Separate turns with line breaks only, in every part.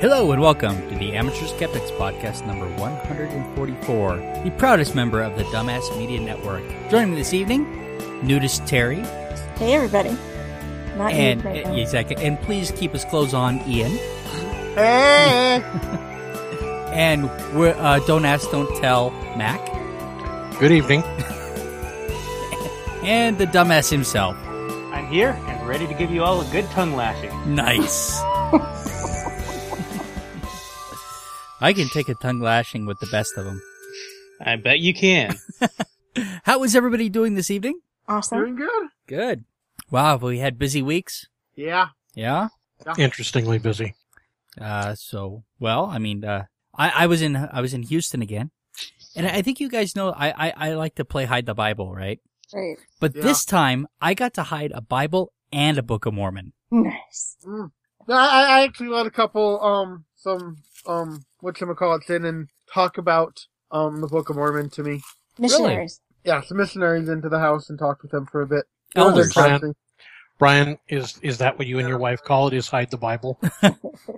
Hello and welcome to the Amateur Skeptics Podcast number 144, the proudest member of the Dumbass Media Network. Joining me this evening, Nudist Terry.
Hey, everybody. Not
and
you right
uh,
now.
exactly, and please keep his clothes on, Ian. and we're, uh, don't ask, don't tell, Mac,
Good evening.
and the dumbass himself.
I'm here and ready to give you all a good tongue lashing.
Nice. I can take a tongue lashing with the best of them.
I bet you can.
How is everybody doing this evening?
Awesome.
Doing good.
Good. Wow, have we had busy weeks?
Yeah.
Yeah.
Interestingly busy.
Uh, so well, I mean, uh, I, I was in I was in Houston again, and I think you guys know I I, I like to play hide the Bible, right?
Great.
But
Yeah.
this time I got to hide a Bible and a Book of Mormon.
Nice.
No, I, I actually let a couple, um, some, um, whatchamacallits in and talk about, um, the Book of Mormon to me.
Missionaries.
Yeah, some missionaries into the house and talked with them for a bit. It was
Elders.
Brian.
interesting.
Brian, is is that what you and your wife call it? Is hide the Bible?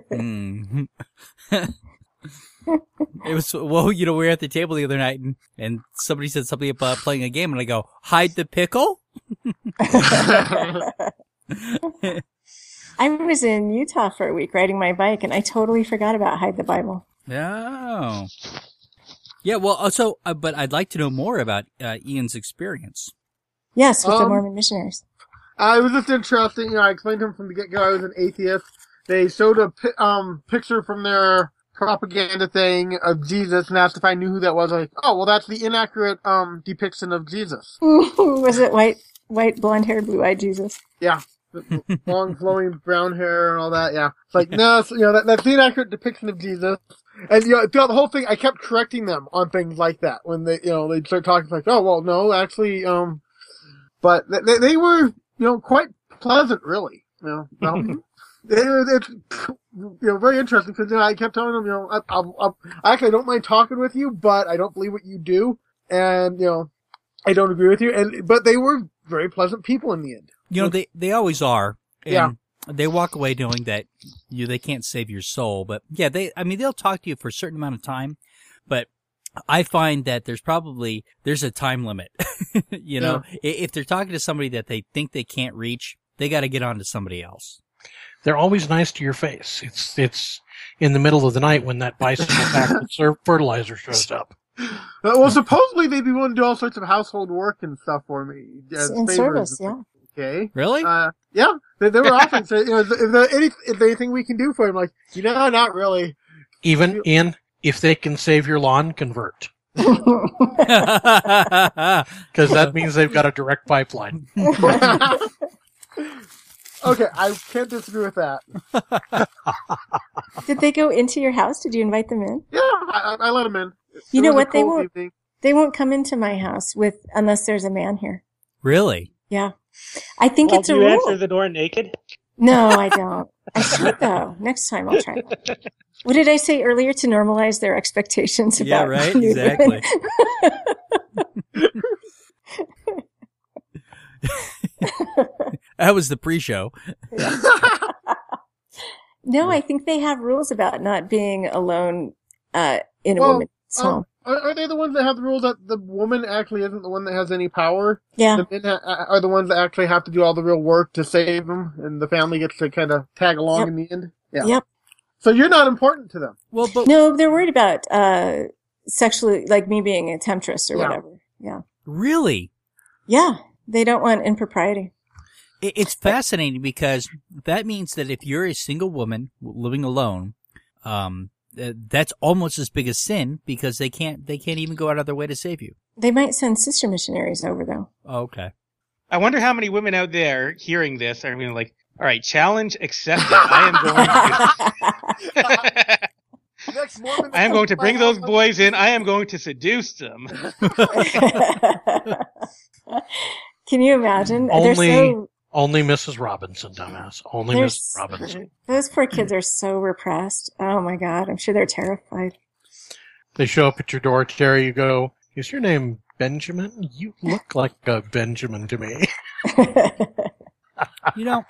Mm. it was well, you know, we were at the table the other night, and, and somebody said something about playing a game, and I go, "Hide the pickle."
I was in Utah for a week riding my bike, and I totally forgot about Hide the Bible.
Oh. Yeah, well, also, uh, but I'd like to know more about uh, Ian's experience.
Yes, with the
Um,
Mormon missionaries.
I Uh, was just interesting. You know, I explained to him from the get go I was an atheist. They showed a pi- um picture from their propaganda thing of Jesus and asked if I knew who that was. I was like, oh, well, that's the inaccurate um depiction of Jesus.
was it white, white, blonde haired, blue eyed Jesus?
long flowing brown hair and all that. Yeah, it's like no, it's, you know that, that's the inaccurate depiction of Jesus. And you know, throughout the whole thing, I kept correcting them on things like that when they, you know, they'd start talking like, oh well, no, actually, um, but th- they, they were, you know, quite pleasant, really. You know, um, they were, it's, you know, very interesting because you know, I kept telling them, you know, I, I, I actually don't mind talking with you, but I don't believe what you do, and you know, I don't agree with you, and but they were very pleasant people in the end.
You know, they, they always are. And
Yeah.
They walk away knowing that you they can't save your soul, but yeah, they I mean they'll talk to you for a certain amount of time, but I find that there's probably there's a time limit. you know, I if they're talking to somebody that they think they can't reach, they got to get on to somebody else.
They're always nice to your face. It's it's in the middle of the night when that bicycle pack with ser- fertilizer shows up.
Uh, well, supposedly they'd be willing to do all sorts of household work and stuff for me. as
in
favors.
service, yeah.
Okay.
Really?
Uh, yeah, they, they were offering. So, you know, is there, any, is there anything we can do for him? Like, you know, not really.
Even in if they can save your lawn, convert because that means they've got a direct pipeline.
okay, I can't disagree with that.
Did they go into your house? Did you invite them in?
Yeah, I, I I let him in.
You
It
know
was a
what? They
cold
won't.
evening.
They won't come into my house with unless there's a man here.
really?
Yeah, I think
Well,
it's a
do you answer
rule.
the door naked?
No, I don't. I should though. Next time I'll try. What did I say earlier to normalize their expectations? About
Yeah, right.
nudity?
Exactly. that was the pre-show.
No, I think they have rules about not being alone uh, in a
Well,
woman's
um,
home.
Are, are they the ones that have the rule that the woman actually isn't the one that has any power?
Yeah,
The men ha- uh, are the ones that actually have to do all the real work to save them, and the family gets to kind of tag along
Yep.
in the end. Yeah.
Yep.
So you're not important to them.
Well, but
no, they're worried about uh, sexually, like me being a temptress or
Yeah.
whatever. Yeah,
really,
yeah, they don't want impropriety.
It, it's fascinating because that means that if you're a single woman w- living alone, um, th- that's almost as big a sin because they can't they can't even go out of their way to save you.
They might send sister missionaries over though.
Okay.
I wonder how many women out there hearing this are going to like, all right, challenge accepted. I am going to,
Next Mormon
I am going to bring those
boys.
boys in. I am going to seduce them.
Can you imagine? they're
Only-
so
Only Mrs. Robinson, dumbass. Only
There's-
Mrs. Robinson.
those poor kids are so repressed. Oh my god, I'm sure they're terrified.
They show up at your door, Terry. You go. Is your name Benjamin? You look like a Benjamin to me.
You know,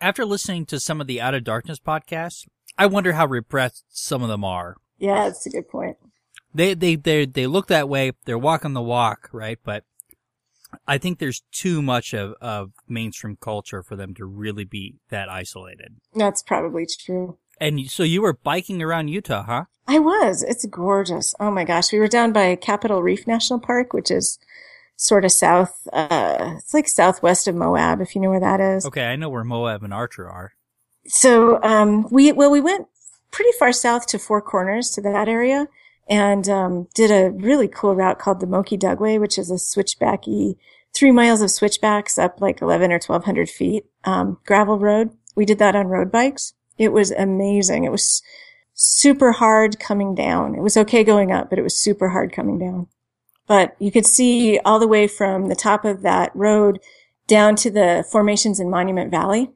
after listening to some of the Out of Darkness podcasts, I wonder how repressed some of them are.
Yeah, that's a good point.
They they they they look that way. They're walking the walk, right? But I think there's too much of of mainstream culture for them to really be that isolated.
That's probably true.
And you- so you were biking around Utah, huh?
I was. It's gorgeous. Oh my gosh. We were down by Capitol Reef National Park, which is sort of south, uh, it's like southwest of Moab, if you know where that is.
Okay, I know where Moab and Archer are.
So, um, we, well, we went pretty far south to Four Corners to that area and, um, did a really cool route called the Moki Dugway, which is a switchbacky, three miles of switchbacks up like 11 or 1200 feet, um, gravel road. We did that on road bikes. It was amazing. It was super hard coming down. It was okay going up, but it was super hard coming down. But you could see all the way from the top of that road down to the formations in Monument Valley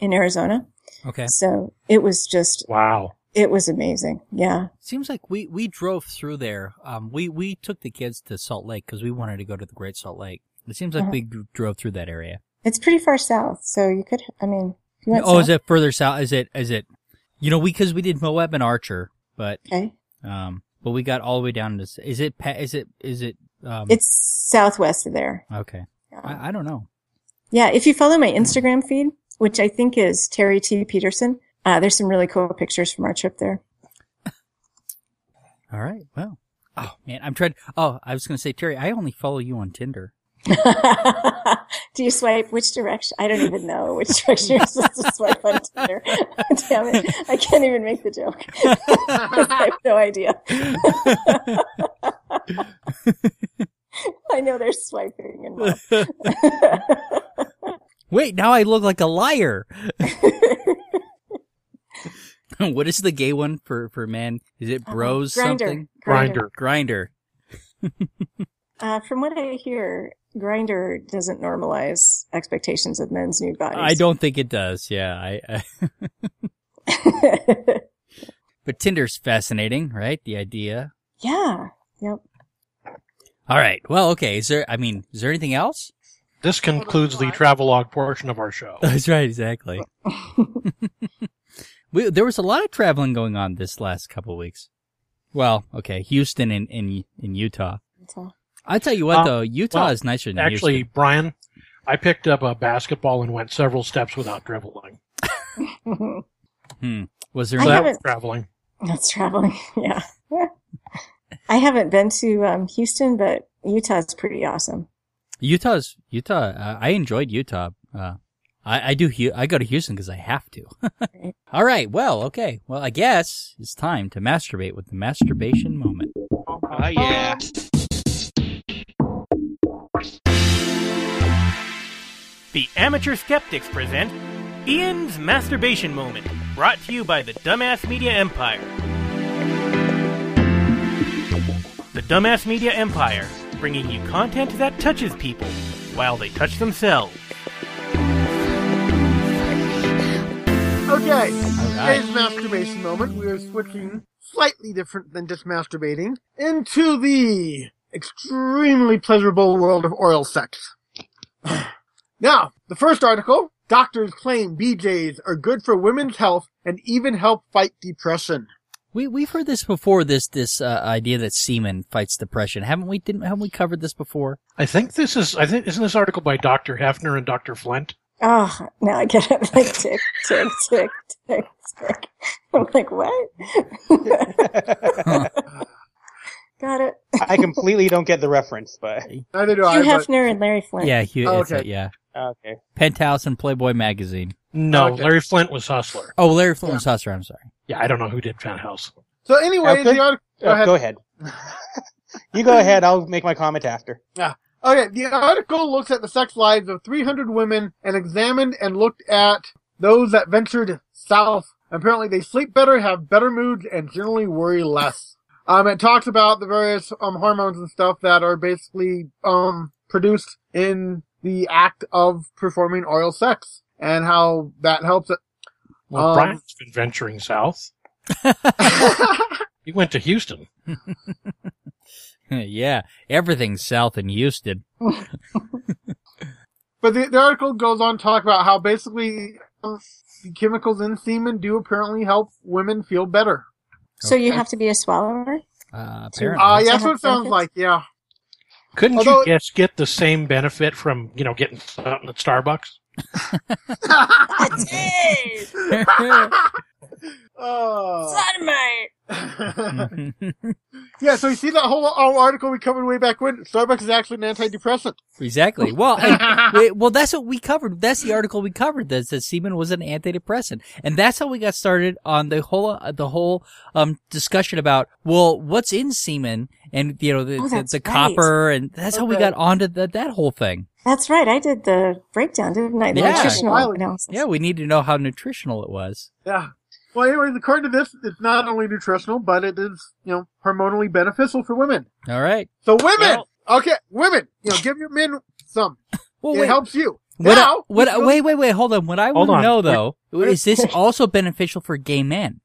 in Arizona.
Okay.
So it was just,
Wow.
it was amazing. Yeah.
Seems like we, we drove through there. Um, we, we took the kids to Salt Lake because we wanted to go to the Great Salt Lake. It seems like
Uh-huh.
we d- drove through that area.
It's pretty far south. So you could, I mean, if you went
oh, is
south-
it further south? Is it, is it, you know, we, cause we did Moab and Archer, but,
Okay.
um, but we got all the way down to, s- is it, pa- is it, is it, um,
It's southwest of there.
okay.
Yeah.
I, I don't know.
Yeah, if you follow my Instagram feed, which I think is Terry T. Peterson, uh, there's some really cool pictures from our trip there.
All right. Well, oh man, I'm trying. Oh, I was going to say, Terry, I only follow you on Tinder.
Do you swipe which direction? I don't even know which direction you're supposed to swipe on Tinder. Damn it. I can't even make the joke. I have no idea. I know they're swiping involved.
Wait, now I look like a liar. what is the gay one for for men? Is
Uh,
it bros
Uh-huh. Grinder.
something?
Grinder.
Grinder.
Uh, from what I hear, Grinder doesn't normalize expectations of men's nude bodies.
I don't think it does. Yeah, I, I
don't.
but Tinder's fascinating, right? The idea.
yeah. Yep.
All right. Well, okay. Is there? I mean, is there anything else?
This concludes the travelogue portion of our show.
That's right. Exactly. we, there was a lot of traveling going on this last couple of weeks. Well, okay, Houston and in in Utah.
That's all.
I tell you what,
Uh,
though, Utah
well,
is nicer than
Actually,
Houston.
Brian, I picked up a basketball and went several steps without dribbling.
Was there?
I
So that
haven't-
was traveling.
That's traveling. Yeah. I haven't been to um, Houston, but Utah's pretty awesome.
Utah's Utah. Uh, I enjoyed Utah. Uh, I, I do. Hu- I go to Houston because I have to. All right. Well, okay. Well, I guess it's time to masturbate with the masturbation moment.
Oh yeah.
The Amateur Skeptics present Ian's Masturbation Moment, brought to you by the Dumbass Media Empire. The Dumbass Media Empire, bringing you content that touches people while they touch themselves.
Okay.
All right.
Today's masturbation moment, we are switching slightly different than just masturbating into the extremely pleasurable world of oral sex. now, the first article, doctors claim BJs are good for women's health and even help fight depression.
We we've heard this before. This this uh, idea that semen fights depression. Haven't we? Didn't haven't we covered this before?
I think this is. I think isn't this article by Dr. Hefner and Dr. Flint?
Oh, now I get it. Like tick, tick, tick, tick, tick. I'm like, what? Got it.
I completely don't get the reference, but
Neither do I,
Hugh
but
Hefner and Larry Flint.
Yeah. Hugh,
Oh,
it's a-
okay.
yeah.
okay.
Penthouse and Playboy magazine.
No,
Okay.
Larry Flint was Hustler.
Oh, Larry Flint was Hustler. I'm sorry.
Yeah, I don't know who did Penthouse.
so anyway,
Okay.
the article. Go
Oh,
ahead.
Go ahead. you go ahead. I'll make my comment after.
Okay, the article looks at the sex lives of 300 women and examined and looked at those that ventured south. Apparently, they sleep better, have better moods, and generally worry less. Um, it talks about the various um, hormones and stuff that are basically um, produced in the act of performing oral sex and how that helps it.
Well,
Um,
Brian's been venturing south. He went to Houston.
yeah. Everything's south in Houston.
But the, the article goes on to talk about how basically um, the chemicals in semen do apparently help women feel better.
So you have to be a swallower.
Uh,
So-
apparently.
Uh,
Does
yeah,
it
that's
have
what it sounds
benefits?
like. Yeah.
Couldn't
Although-
you just get the same benefit from you know getting something at Starbucks?
oh.
Sodomite.
yeah, so you see that whole, whole article we covered way back when Starbucks is actually an antidepressant.
exactly. Well, and- wait, well, that's what we covered. That's the article we covered that said semen was an antidepressant, and that's how we got started on the whole uh, the whole um discussion about well, what's in semen, and you know the
Oh,
the,
that's
the
right.
copper, and that's how we
Okay.
got onto the, that whole thing.
That's right. I did the breakdown, didn't I? The
Yeah.
nutritional
Wow.
analysis.
Yeah, we need to know how nutritional it was.
Yeah. Well, anyways, according to this, it's not only nutritional, but it is, you know, hormonally beneficial for women.
All right.
So women,
Well-
okay, women, you know, give your men some.
Well,
it
wait.
helps you.
What? I-
now,
what?
you
I-
know-
wait, wait, wait. Hold on. What I
Hold
want to
on.
know though is this
wait.
also beneficial for gay men?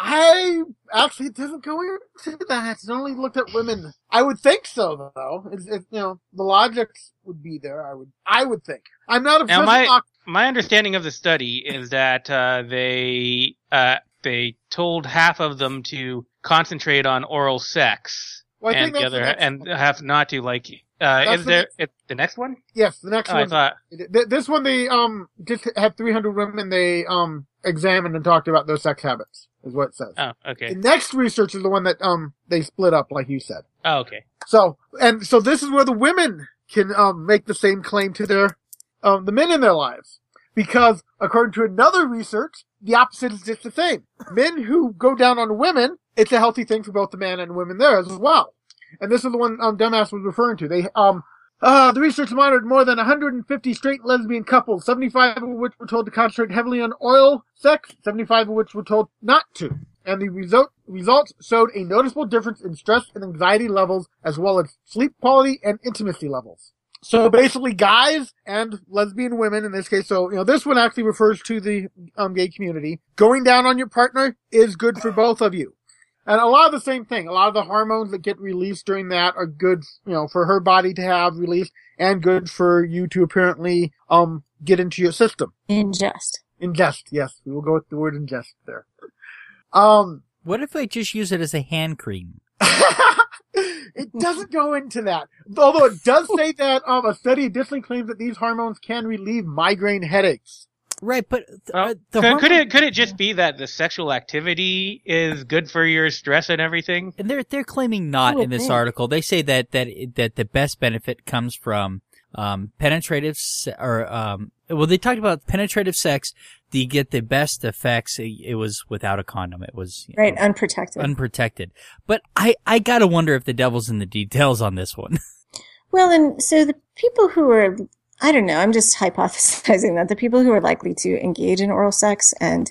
I actually it doesn't go into that. It only looked at women. I would think so, though. It's, it's you know, the logic would be there. I would, I would think. I'm not obsessed.
Now,
with
my-
doc-
my understanding of the study is that uh, they uh, they told half of them to concentrate on oral sex
well, I
and
think
the
that's
other
next
and
one.
half not to. Like, uh,
That's
is
the
there it, the next one?
yes, the next
Oh, I
one.
thought
Th- This one, they um just had 300 women. They um examined and talked about their sex habits, is what it says.
Oh,
The
okay.
next research is the one that um they split up, like you said.
Oh, okay.
So and so this is where the women can um make the same claim to their um the men in their lives. Because according to another research, the opposite is just the same. Men who go down on women, it's a healthy thing for both the man and women there as well. And this is the one um dumbass was referring to. They um uh, the research monitored more than 150 straight lesbian couples, 75 of which were told to concentrate heavily on oral sex, 75 of which were told not to and the result, results showed a noticeable difference in stress and anxiety levels, as well as sleep quality and intimacy levels. So basically, guys and lesbian women in this case. So you know, this one actually refers to the um, gay community. Going down on your partner is good for both of you, and a lot of the same thing. A lot of the hormones that get released during that are good, you know, for her body to have released, and good for you to apparently um get into your system.
Ingest.
Ingest, yes, we will go with the word ingest there. Um,
What if they just use it as a hand cream?
it doesn't go into that. Although it does say that um, a study additionally claims that these hormones can relieve migraine headaches.
Right, but
Well,
uh, the
could, could
hormone-
it could it just be that the sexual activity is good for your stress and everything?
And they're they're claiming not
would
in this
think.
article. They say that that that the best benefit comes from um, penetrative se- or um, well, they talked about penetrative sex. Do you get the best effects? It, it was without a condom. It was you
Right.
know,
Unprotected.
unprotected. But I I gotta wonder if the devil's in the details on this one.
Well, and so the people who are, I don't know, I'm just hypothesizing that the people who are likely to engage in oral sex and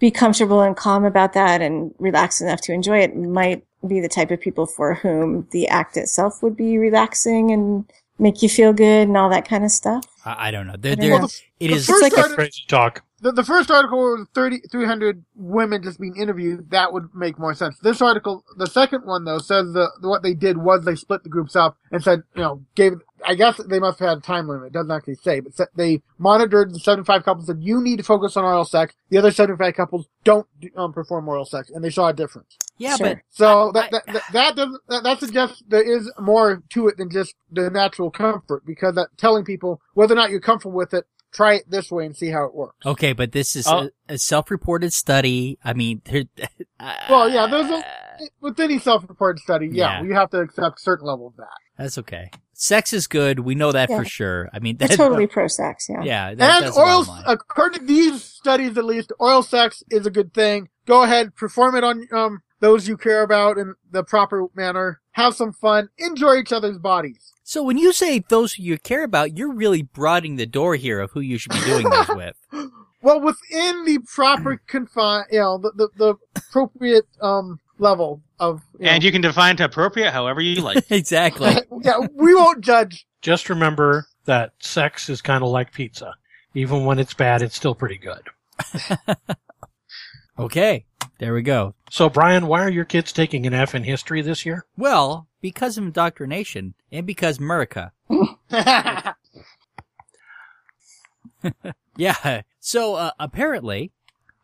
be comfortable and calm about that and relaxed enough to enjoy it might be the type of people for whom the act itself would be relaxing and make you feel good and all that kind of stuff.
I, I don't know. They're,
don't
they're,
know.
Well,
it
the
is
It's
first
like a-
arti-
Crazy talk.
the, the first article was 30, 300 women just being interviewed. That would make more sense. This article, the second one though, says the, what they did was they split the groups up and said, you know, gave. I guess they must have had a time limit. It doesn't actually say, but sa- they monitored the 75 couples that you need to focus on oral sex. The other 75 couples don't um, perform oral sex, and they saw a difference.
yeah,
Sure.
but
So that,
Uh, I-
that, that, that doesn't, that, that suggests there is more to it than just the natural comfort because that telling people whether or not you're comfortable with it, try it this way and see how it works.
okay, but this is
Oh.
a, a self-reported study. I mean, there-
Well, yeah, there's a, with any self-reported study, yeah,
Yeah.
you have to accept a certain level of that.
that's okay. Sex is good. We know that
Yeah.
for sure. I mean,
They're
that,
totally pro sex, yeah.
Yeah,
and oral,
uh,
according to these studies at least, oral sex is a good thing. Go ahead, perform it on, um, those you care about in the proper manner. Have some fun. Enjoy each other's bodies.
So when you say those who you care about, you're really broadening the door here of who you should be doing this with.
Well, within the proper confine, you know, the, the, the appropriate um level of. You
And you can define to appropriate however you like.
exactly.
know, yeah, we won't judge.
Just remember that sex is kind of like pizza. Even when it's bad, it's still pretty good.
Okay, there we go.
So, Brian, why are your kids taking an F in history this year?
Well, because of indoctrination and because America.
yeah,
Yeah. So uh, apparently,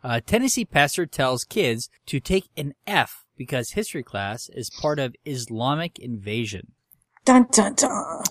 uh, Tennessee pastor tells kids to take an F because history class is part of Islamic invasion.
Dun dun dun.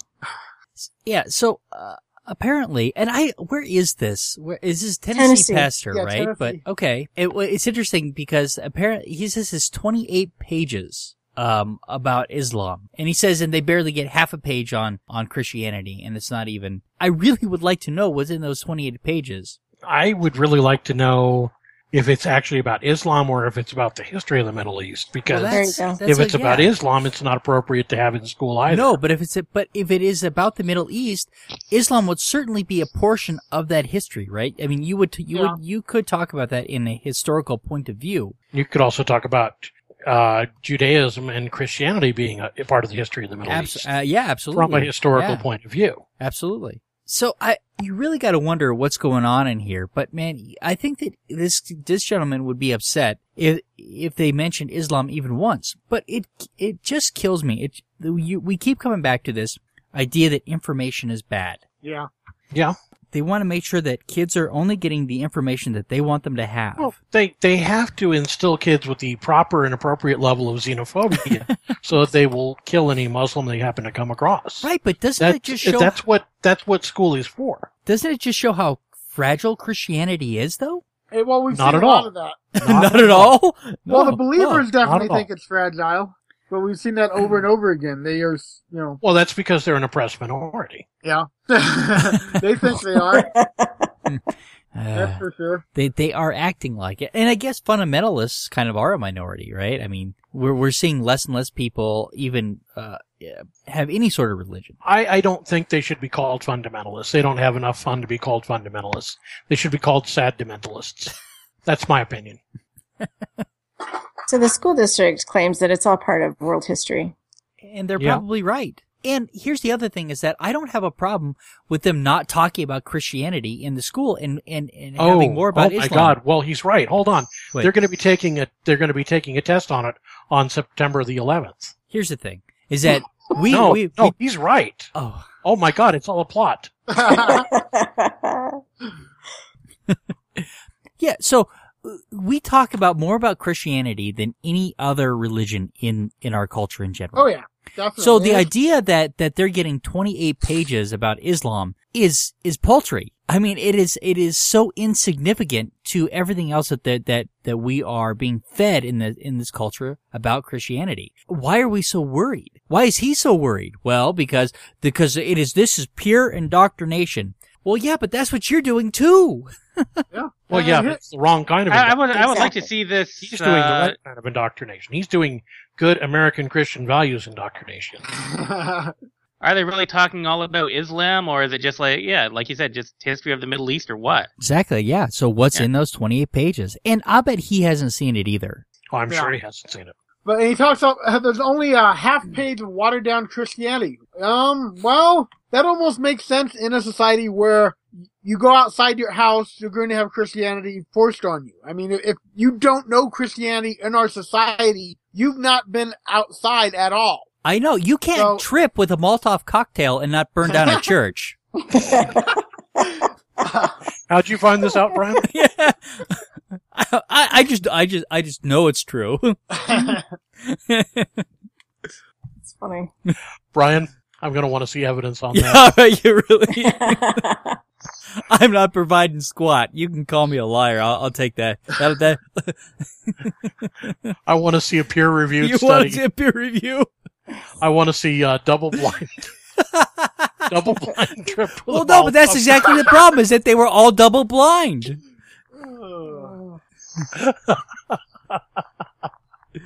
Yeah. So uh, apparently, and I, where is this? Where is this Tennessee,
Tennessee.
pastor,
Yeah,
right?
Tennessee.
But okay, it, wa- it's interesting because apparently he says it's 28 pages um about Islam, and he says, and they barely get half a page on on Christianity, and it's not even. I really would like to know what's in those 28 pages.
I would really like to know if it's actually about Islam or if it's about the history of the Middle East. Because
Well,
that's-
There you go.
that's
if it's
a-
about
yeah.
Islam, it's not appropriate to have in school either.
No, but if it's a, but if it is about the Middle East, Islam would certainly be a portion of that history, right? I mean, you would you
Yeah.
would you could talk about that in a historical point of view.
You could also talk about uh, Judaism and Christianity being a, a part of the history of the Middle
Abs-
East
uh, yeah, absolutely.
from a historical
Yeah.
point of view.
Absolutely. So I, you really got to wonder what's going on in here. But man, I think that this this gentleman would be upset if if they mentioned Islam even once. But it it just kills me. It you, we keep coming back to this idea that information is bad.
Yeah.
Yeah.
They want to make sure that kids are only getting the information that they want them to have.
Well, they they have to instill kids with the proper and appropriate level of xenophobia, so that they will kill any Muslim they happen to come across.
right, but doesn't
That's,
it just show
that's what that's what school is for.
doesn't it just show how fragile Christianity is though?
Hey, Eh, well, we've
Not
seen
at
a
all.
lot of that.
Not at all.
well, the
No,
believers
no.
definitely
all.
think it's fragile, but we've seen that over and over again. They are, s- you know,
Well, that's because they're an oppressed minority.
yeah. they think they are.
Uh,
That's for sure.
they they are acting like it. And I guess fundamentalists kind of are a minority, right? I mean, we're we're seeing less and less people even uh, have any sort of religion.
I, I don't think they should be called fundamentalists. They don't have enough fun to be called fundamentalists. They should be called sad dementalists. That's my opinion.
So the school district claims that it's all part of world history.
And they're
Yeah.
probably right. And here's the other thing is that I don't have a problem with them not talking about Christianity in the school and and, and having more about
oh my
Islam.
God! Well, he's right. Hold on.
Wait.
They're going to be taking a they're going to be taking a test on it on September the 11th.
Here's the thing is that we
no,
we,
no,
we
he's right.
oh
Oh my God! It's all a plot.
yeah so uh, we talk about more about Christianity than any other religion in in our culture in general.
Oh, yeah. Definitely.
So the idea that that they're getting 28 pages about Islam is is paltry. I mean, it is it is so insignificant to everything else that that that, that we are being fed in the in this culture about Christianity. Why are we so worried? Why is he so worried? Well, because because it is this is pure indoctrination. Well, yeah, but that's what you're doing too.
Yeah.
Well,
Uh,
yeah, but
here-
it's the wrong kind of.
I, I
indoctrination.
would I would like to
Exactly.
see this.
he's doing the
uh,
right kind of indoctrination. He's doing good American Christian values indoctrination.
Are they really talking all about Islam, or is it just like yeah, like you said, just history of the Middle East or what?
Exactly. Yeah. So what's
Yeah.
in those 28 pages? And I bet he hasn't seen it either.
Oh, I'm
Yeah.
sure he hasn't seen it.
But he talks about uh, there's only a half page of watered down Christianity. Um, well, that almost makes sense in a society where you go outside your house, you're going to have Christianity forced on you. I mean, if you don't know Christianity in our society, you've not been outside at all.
I know you can't
So-
trip with a Molotov cocktail and not burn down a church.
How'd you find this out, Brian?
yeah. I, I just, I just, I just know it's true.
it's funny.
Brian, I'm going to want to see evidence on that.
yeah, right, you really. I'm not providing squat. You can call me a liar. I'll, I'll take that. That, that
I want to see a peer reviewed
you
study.
want to do a peer review?
I want to see uh, double blind, double blind triple.
well, no, but that's exactly the problem is that they were all double blind.
all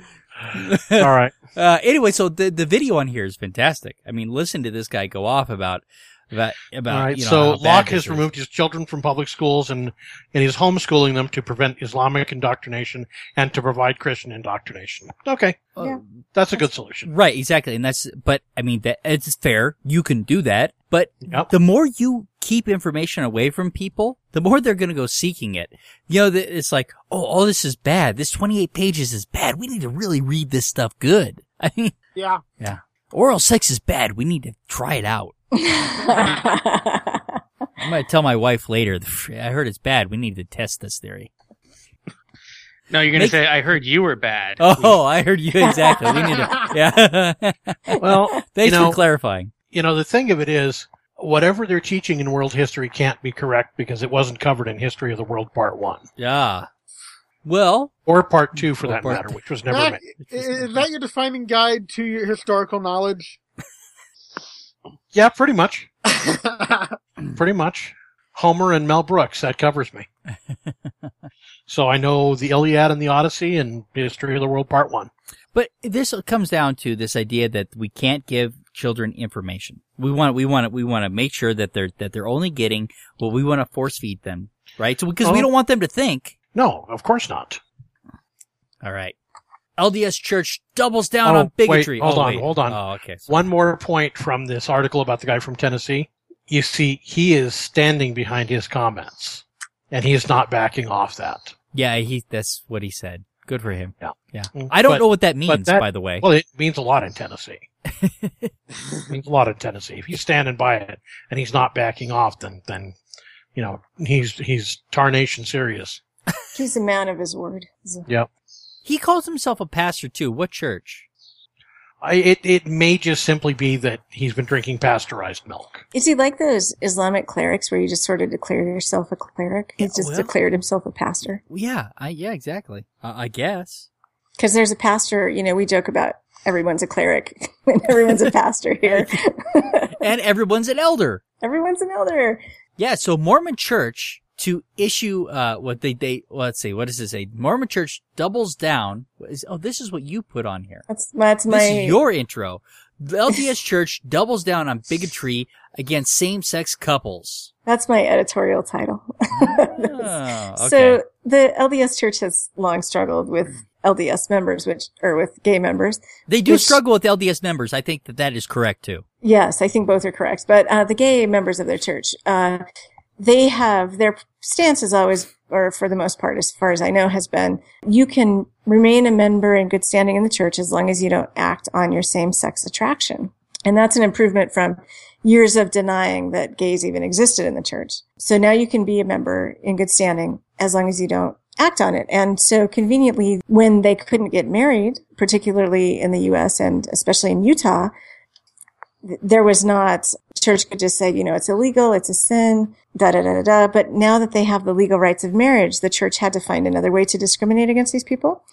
right.
Uh, anyway, so the the video on here is fantastic. I mean, listen to this guy go off about about about.
all right.
you know,
so
how bad
Locke
this
has
is.
removed his children from public schools and and he's homeschooling them to prevent Islamic indoctrination and to provide Christian indoctrination. Okay,
Yeah.
that's a good solution.
Right, exactly, and that's. But I mean, that it's fair. You can do that, but
Yep.
the more you keep information away from people, the more they're going to go seeking it. You know, the- it's like, oh, all this is bad. This 28 pages is bad. We need to really read this stuff good. I mean,
Yeah.
oral sex is bad. We need to try it out. I might tell my wife later. I heard it's bad. We need to test this theory.
No, you're gonna
Make-
say I heard you were bad.
Oh, I heard you exactly. We need to. Yeah.
Well,
Thanks
You know-
for clarifying.
you know, the thing of it is, whatever they're teaching in world history can't be correct because it wasn't covered in History of the World Part 1
Yeah. Well,
or Part 2 for
Or
that
Part
matter,
Two.
which was never
That-
made.
i- is that your defining guide to your historical knowledge?
Yeah, pretty much.
Hmm.
Pretty much. Homer and Mel Brooks, that covers me. so I know the Iliad and the Odyssey and History of the World Part 1.
but this comes down to this idea that we can't give children information. We want, we want, we want to make sure that they're, that they're only getting what we want to force feed them, right? So, because we
Oh.
don't want them to think.
No, of course not.
All right. LDS Church doubles down
Oh,
on bigotry.
wait, hold
Oh,
on,
wait.
hold on.
Oh, okay. So-
One more point from this article about the guy from Tennessee. You see, he is standing behind his comments, and he is not backing off that.
Yeah, he, that's what he said. Good for him.
Yeah.
Yeah.
Mm.
I don't
But-
know what that means,
that-
by the way.
Well, it means a lot in Tennessee. it means a lot in Tennessee. If he's standing by it and he's not backing off, then then you know he's he's tarnation serious.
He's a man of his word. He's a-
He calls himself a pastor too. What church?
I, it it may just simply be that he's been drinking pasteurized milk.
Is he like those Islamic clerics where you just sort of declare yourself a cleric? He's
Yeah,
just
well-
declared himself a pastor.
Yeah, I, yeah, exactly. Uh, I guess.
Because there's a pastor, you know, we joke about everyone's a cleric when everyone's a pastor here.
And everyone's an elder.
everyone's an elder.
Yeah, so Mormon Church to issue uh what they they well, let's see what does it say? Mormon Church doubles down. is- Oh, this is what you put on here.
That's my, that's my
This is your intro. The LDS Church doubles down on bigotry against same-sex couples.
that's my editorial title.
Oh, okay.
So the LDS Church has long struggled with LDS members, which or with gay members.
they do
which-
struggle with LDS members. I think that that is correct too.
Yes, I think both are correct. But uh, the gay members of their church, uh, they have their stance is always, or for the most part, as far as I know, has been you can remain a member in good standing in the church as long as you don't act on your same sex attraction. And that's an improvement from years of denying that gays even existed in the church. So now you can be a member in good standing as long as you don't act on it. And so conveniently, when they couldn't get married, particularly in the US and especially in Utah, th- there was not church could just say you know it's illegal it's a sin da da da da da but now that they have the legal rights of marriage the church had to find another way to discriminate against these people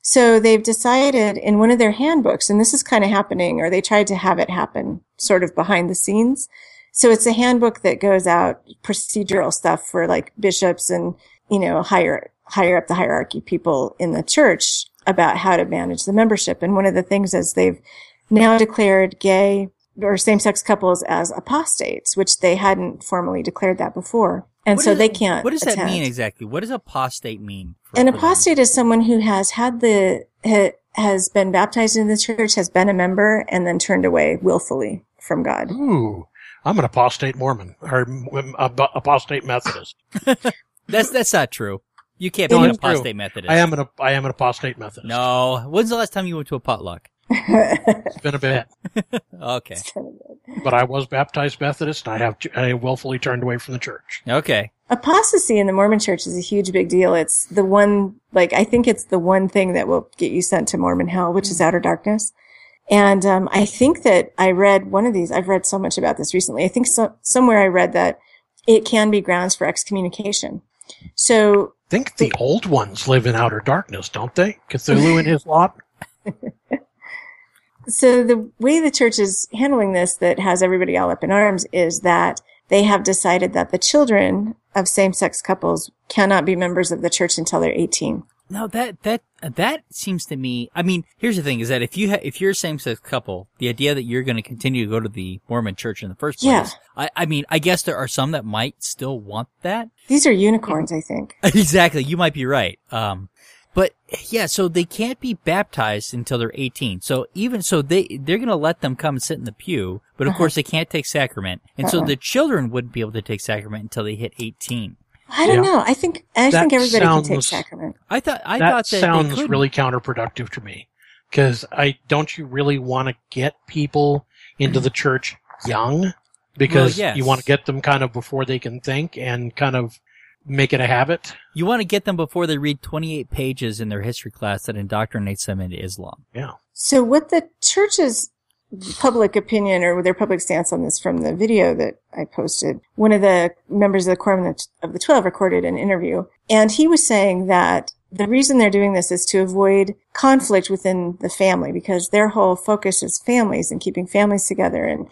so they've decided in one of their handbooks and this is kind of happening or they tried to have it happen sort of behind the scenes so it's a handbook that goes out procedural stuff for like bishops and you know higher higher up the hierarchy people in the church about how to manage the membership and one of the things is they've now declared gay or same-sex couples as apostates, which they hadn't formally declared that before, and
What
so
does-
they can't.
What does that
attend.
mean exactly? What does apostate mean? for-
Uh, An
for them?
apostate is someone who has had the ha, has been baptized in the church, has been a member, and then turned away willfully from God.
Ooh, I'm an apostate Mormon or um, ab- apostate Methodist.
That's that's not true. You can't be
No,
an
it's true.
apostate Methodist.
I am an I am an apostate Methodist.
No. When's the last time you went to a potluck?
It's
it's been a bit,
Okay.
kind of good.
but I was baptized Methodist, and I have I willfully turned away from the church.
Okay.
Apostasy in the Mormon church is a huge big deal. It's the one, like, I think it's the one thing that will get you sent to Mormon hell, which is outer darkness. And um, I think that I read one of these, I've read so much about this recently. I think so, somewhere I read that it can be grounds for excommunication. So,
I think the old ones live in outer darkness, don't they? Cthulhu and his lot.
so the way the church is handling this that has everybody all up in arms is that they have decided that the children of same sex couples cannot be members of the church until they're 18.
Now that that that seems to me. I mean, here's the thing: is that if you ha- if you're a same-sex couple, the idea that you're going to continue to go to the Mormon church in the first place.
Yeah.
I, I mean, I guess there are some that might still want that.
These are unicorns, I think.
exactly. You might be right. Um, but yeah, so they can't be baptized until they're 18. So even so, they they're gonna let them come and sit in the pew, but of course they can't take sacrament, and so
Uh-huh. Uh-uh.
the children wouldn't be able to take sacrament until they hit 18.
I don't
Yeah.
know. I think I
That
think everybody can take
sounds-
sacrament.
I thought I
that
thought that they
sounds
couldn't.
really counterproductive to me because I don't you really want to get people into the church young? because
Well, yes.
you want to get them kind of before they can think and kind of make it a habit.
You want to get them before they read 28 pages in their history class that indoctrinates them into Islam.
So what the church's public opinion or their public stance on this from the video that I posted, one of the members of the Quorum of the- of the Twelve recorded an interview and he was saying that the reason they're doing this is to avoid conflict within the family because their whole focus is families and keeping families together and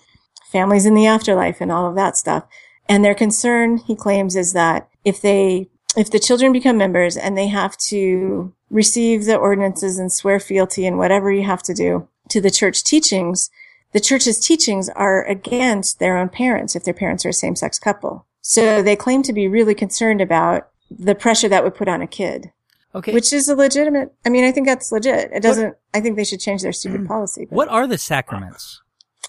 families in the afterlife and all of that stuff. And their concern, he claims, is that if they, if the children become members and they have to receive the ordinances and swear fealty and whatever you have to do to the church teachings, the church's teachings are against their own parents if their parents are a same sex couple. So they claim to be really concerned about the pressure that would put on a kid,
Okay.
which is a legitimate. I mean, I think that's legit. It doesn't, I think they should change their stupid policy. but-
what are the sacraments?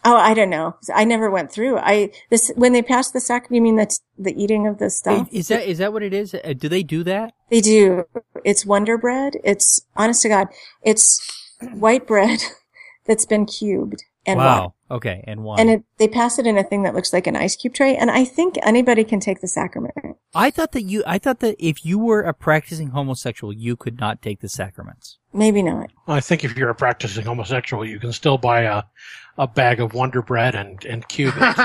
Oh, I don't know. I never went through. I this when they passed the sack. You mean that's the eating of the stuff?
Is that is that what it is? Uh, Do they do that?
They do. It's Wonder Bread. It's honest to God. It's white bread that's been cubed and
wow. Okay, and why?
wa- And it, they pass it in a thing that looks like an ice cube tray. And I think anybody can take the sacrament.
I thought that you I thought that if you were a practicing homosexual, you could not take the sacraments.
Maybe not.
I think if you're a practicing homosexual, you can still buy a, a bag of Wonder Bread and, and cube it.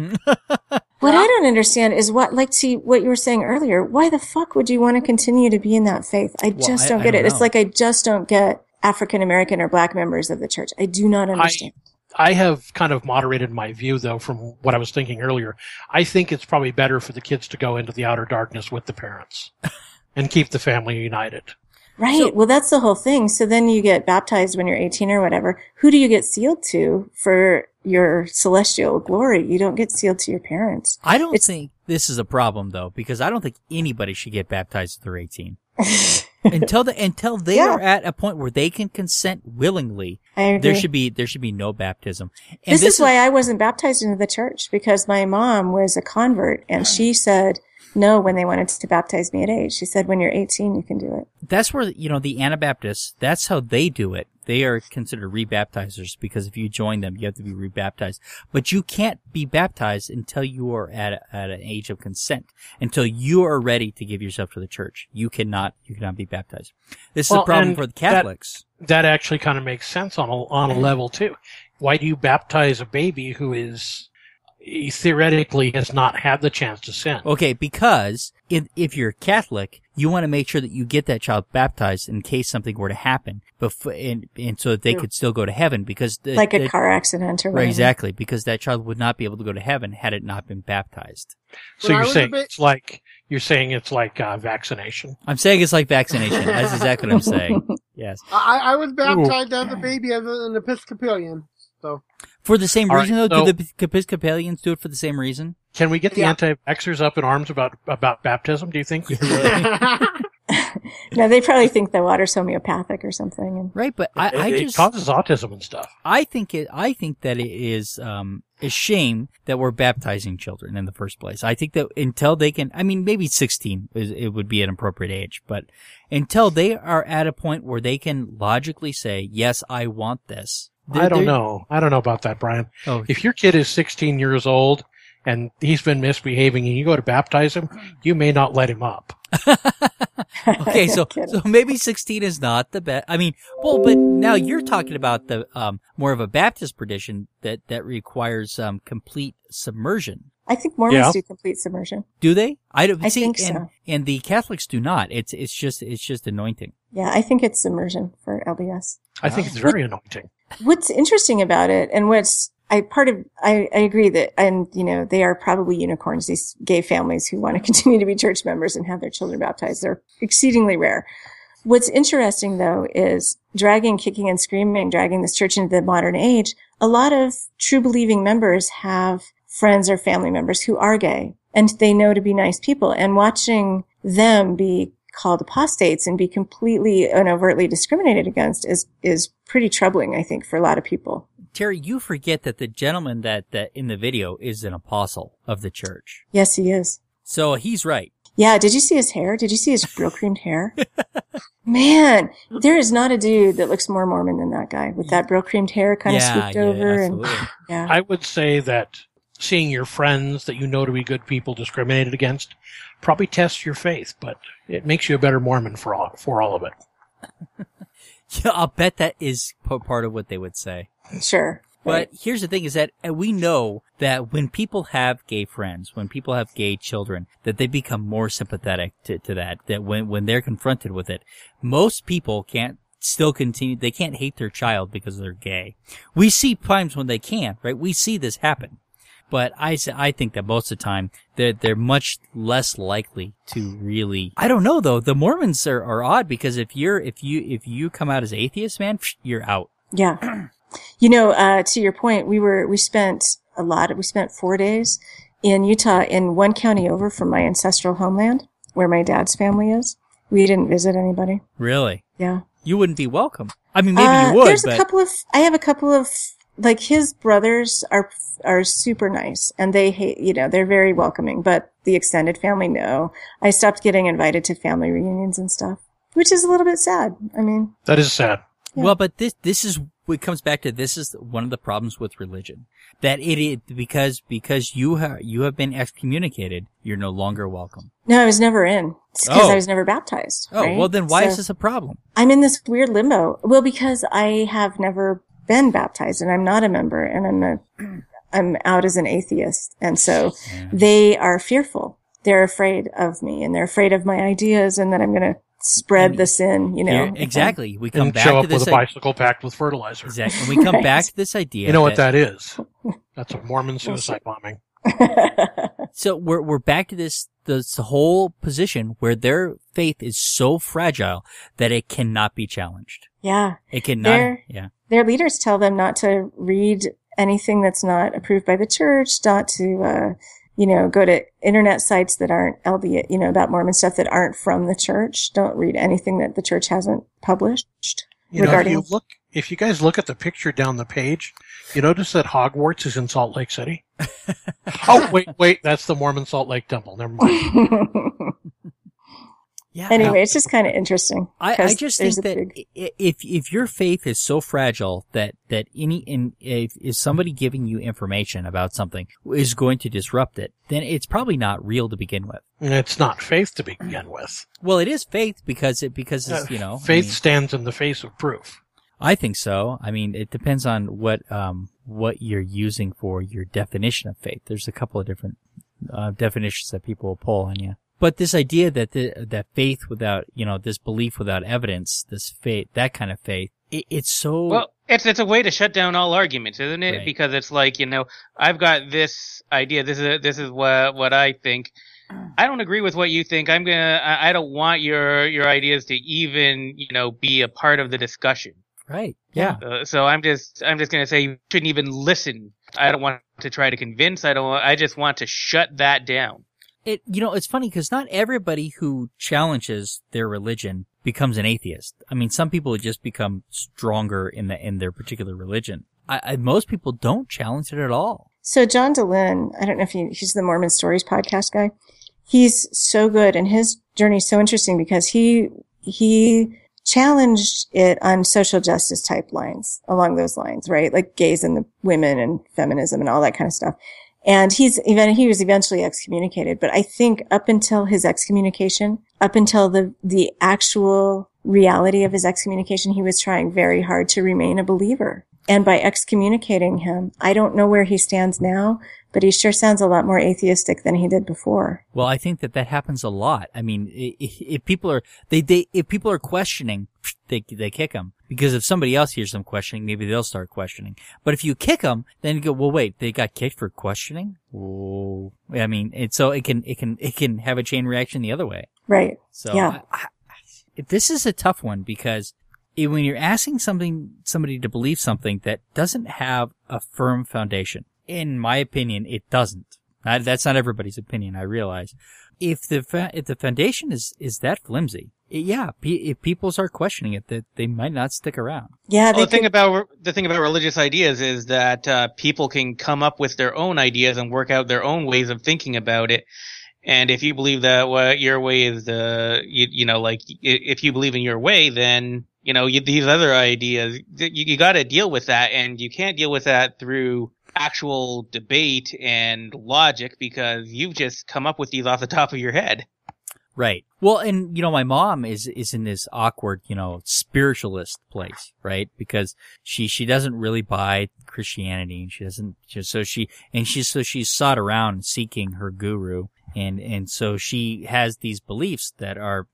What I don't understand is what, like, see what you were saying earlier. Why the fuck would you want to continue to be in that faith? I
Well,
just
I-
don't
I
get
don't
it. It's
know.
like I just don't get African American or black members of the church. I do not understand.
I have kind of moderated my view though from what I was thinking earlier. I think it's probably better for the kids to go into the outer darkness with the parents and keep the family united.
Right. well, that's the whole thing. So then you get baptized when you're 18 or whatever. Who do you get sealed to for your celestial glory? You don't get sealed to your parents.
I don't
It's-
think this is a problem though, because I don't think anybody should get baptized if they're 18. until the, until they
Yeah.
are at a point where they can consent willingly,
I agree.
there should be, there should be no baptism. And
this, is why I wasn't baptized into the church because my mom was a convert and she said no when they wanted to baptize me at age. She said, when you're 18, you can do it.
that's where you know the Anabaptists. That's how they do it. They are considered rebaptizers because if you join them, you have to be rebaptized. But you can't be baptized until you are at a, at an age of consent, until you are ready to give yourself to the church. You cannot you cannot be baptized. This is
Well,
a problem
and
for the
that-
Catholics.
That actually kind of makes sense on a, on a level too. Why do you baptize a baby who is he theoretically has not had the chance to sin?
Okay, because if, if you're Catholic, you want to make sure that you get that child baptized in case something were to happen, before, and, and so that they could still go to heaven because the,
like a
the-
car accident or
Right,
whatever.
exactly, because that child would not be able to go to heaven had it not been baptized.
so
When I
you're
was a
saying
bit-
it's like you're saying it's like uh, vaccination.
I'm saying it's like vaccination. That's exactly what I'm saying. Yes.
I, I was baptized as a baby as an Episcopalian. So
For the same
All right,
reason, though,
so-
do the Episcopalians do it for the same reason?
Can we get the
Yeah.
anti-vaxxers up in arms about about baptism? Do you think?
No, they probably think the water's homeopathic or something. And
Right, but I, I
it,
just,
it causes autism and stuff.
I think it, I think that it is, um, a shame that we're baptizing children in the first place. I think that until they can, I mean, maybe 16 is, it would be an appropriate age, but until they are at a point where they can logically say, yes, I want this.
I don't
they're-
know. I don't know about that, Brian.
Oh,
If your kid is 16 years old and he's been misbehaving and you go to baptize him, you may not let him up.
Oh. okay, so
Kidding.
so maybe sixteen is not the best. I mean, well, but now you're talking about the um more of a Baptist tradition that that requires um complete submersion.
I think Mormons
Yeah.
do complete submersion.
Do they? I don't
I
see,
think
and,
so.
and the Catholics do not. It's it's just it's just anointing.
Yeah, I think it's submersion for LDS.
I think it's very anointing.
what's interesting about it and what's I part of I, I agree that and you know they are probably unicorns these gay families who want to continue to be church members and have their children baptized they're exceedingly rare. What's interesting though is dragging kicking and screaming dragging this church into the modern age a lot of true believing members have friends or family members who are gay and they know to be nice people and watching them be called apostates and be completely and overtly discriminated against is is pretty troubling i think for a lot of people
Terry, you forget that the gentleman that that in the video is an apostle of the church.
yes he is
So he's right.
yeah did you see his hair did you see his real creamed hair man there is not a dude that looks more mormon than that guy with that real creamed hair kind of
yeah,
swooped
yeah,
over and
absolutely.
yeah
I would say that seeing your friends that you know to be good people discriminated against probably tests your faith, but it makes you a better Mormon for all, for all of it.
Yeah, I'll bet that is p- part of what they would say.
Sure.
But here's the thing is that uh, we know that when people have gay friends, when people have gay children, that they become more sympathetic to, to that, that when, when they're confronted with it, most people can't still continue, they can't hate their child because they're gay. We see times when they can, right? We see this happen. But I, s- I think that most of the time they're, they're much less likely to really, I don't know though. The Mormons are, are odd because if you're, if you, if you come out as atheist, man, psh, you're out.
Yeah. You know, uh, to your point, we were, we spent a lot, we spent four days in Utah in one county over from my ancestral homeland where my dad's family is. We didn't visit anybody.
Really?
Yeah.
you wouldn't be welcome. I mean, maybe
Uh,
you would,
There's
but
a couple of, I have a couple of, like his brothers are, are super nice and they hate, you know, they're very welcoming, but the extended family, no. I stopped getting invited to family reunions and stuff, which is a little bit sad. I mean,
That is sad.
yeah.
well, but this this is it comes back to this is one of the problems with religion that it is because because you have you have been excommunicated, you're no longer welcome.
no, I was never in because
Oh.
I was never baptized.
Oh
right?
well, then why
So-
is this a problem?
I'm in this weird limbo. Well, because I have never been baptized and I'm not a member and I'm a, I'm out as an atheist. And so they are fearful. They're afraid of me and they're afraid of my ideas and that I'm going to spread
And-
the sin, you know.
Here-
if I'm-
exactly. We come
And
back
show
to
up
this
with a
i-
bicycle packed with fertilizer.
Exactly. And we come
Right.
back to this idea.
you know what
that-
that is? That's a Mormon suicide bombing.
So we're we're back to this this whole position where their faith is so fragile that it cannot be challenged.
yeah.
It cannot.
They're-
yeah.
Their leaders tell them not to read anything that's not approved by the church, not to, uh, you know, go to internet sites that aren't LDS, you know, about Mormon stuff that aren't from the church. Don't read anything that the church hasn't published.
You know, if
Regarding-
you look, if you guys look at the picture down the page, you notice that Hogwarts is in Salt Lake City. oh wait, wait, that's the Mormon Salt Lake Temple. Never mind.
Yeah.
anyway, it's just kind of interesting.
I, I
'cause
just
there's
think
a
that
big-
i- if if your faith is so fragile that that any in if, if somebody giving you information about something is going to disrupt it, then it's probably not real to begin with.
And it's not faith to begin with.
Well, it is faith because it because
Uh,
it's, you know
faith
Oh, I, mean,
stands in the face of proof.
I think so. I mean, it depends on what um what you're using for your definition of faith. There's a couple of different uh, definitions that people will pull on you. But this idea that the, that faith without you know this belief without evidence, this faith that kind of faith, it, it's so
Well, it's it's a way to shut down all arguments, isn't it?
Right.
Because it's like you know, I've got this idea. This is this is what what I think. I don't agree with what you think. I'm gonna. I, I don't want your your ideas to even you know be a part of the discussion.
right.
Yeah.
Uh, so I'm just I'm just gonna say you shouldn't even listen. I don't want to try to convince. I don't. want- I just want to shut that down.
it you know it's funny because not everybody who challenges their religion becomes an atheist i mean some people just become stronger in the in their particular religion I, I most people don't challenge it at all
So John DeLynn, I don't know if he, he's the Mormon Stories podcast guy. He's so good and his journey is so interesting because he, he challenged it on social justice type lines along those lines, right? Like gays and the women and feminism and all that kind of stuff. And he's even, he was eventually excommunicated, but I think up until his excommunication, up until the, the actual reality of his excommunication, he was trying very hard to remain a believer. And by excommunicating him, I don't know where he stands now, but he sure sounds a lot more atheistic than he did before.
well i think that that happens a lot i mean i- i- if people are they, they if people are questioning they they kick them because if somebody else hears them questioning maybe they'll start questioning but if you kick them then you go well wait they got kicked for questioning Whoa. i mean it, so it can it can it can have a chain reaction the other way
Right.
So
Yeah.
I, I, if this is a tough one because it, when you're asking something somebody to believe something that doesn't have a firm foundation, in my opinion, it doesn't. I, that's not everybody's opinion. I realize if the fa- if the foundation is is that flimsy, it, yeah, pe if people start questioning it, that they might not stick around.
Yeah.
Well,
They
the thing
could,
about the thing about religious ideas is that uh, people can come up with their own ideas and work out their own ways of thinking about it. And if you believe that what your way is the you, you know like i- if you believe in your way, then you know you, these other ideas th- you, you got to deal with that, and you can't deal with that through actual debate and logic because you've just come up with these off the top of your head.
Right. Well, and you know, my mom is is in this awkward, you know, spiritualist place, right? Because she she doesn't really buy Christianity, and she doesn't. She, so she and she so she's sought around seeking her guru, and and so she has these beliefs that are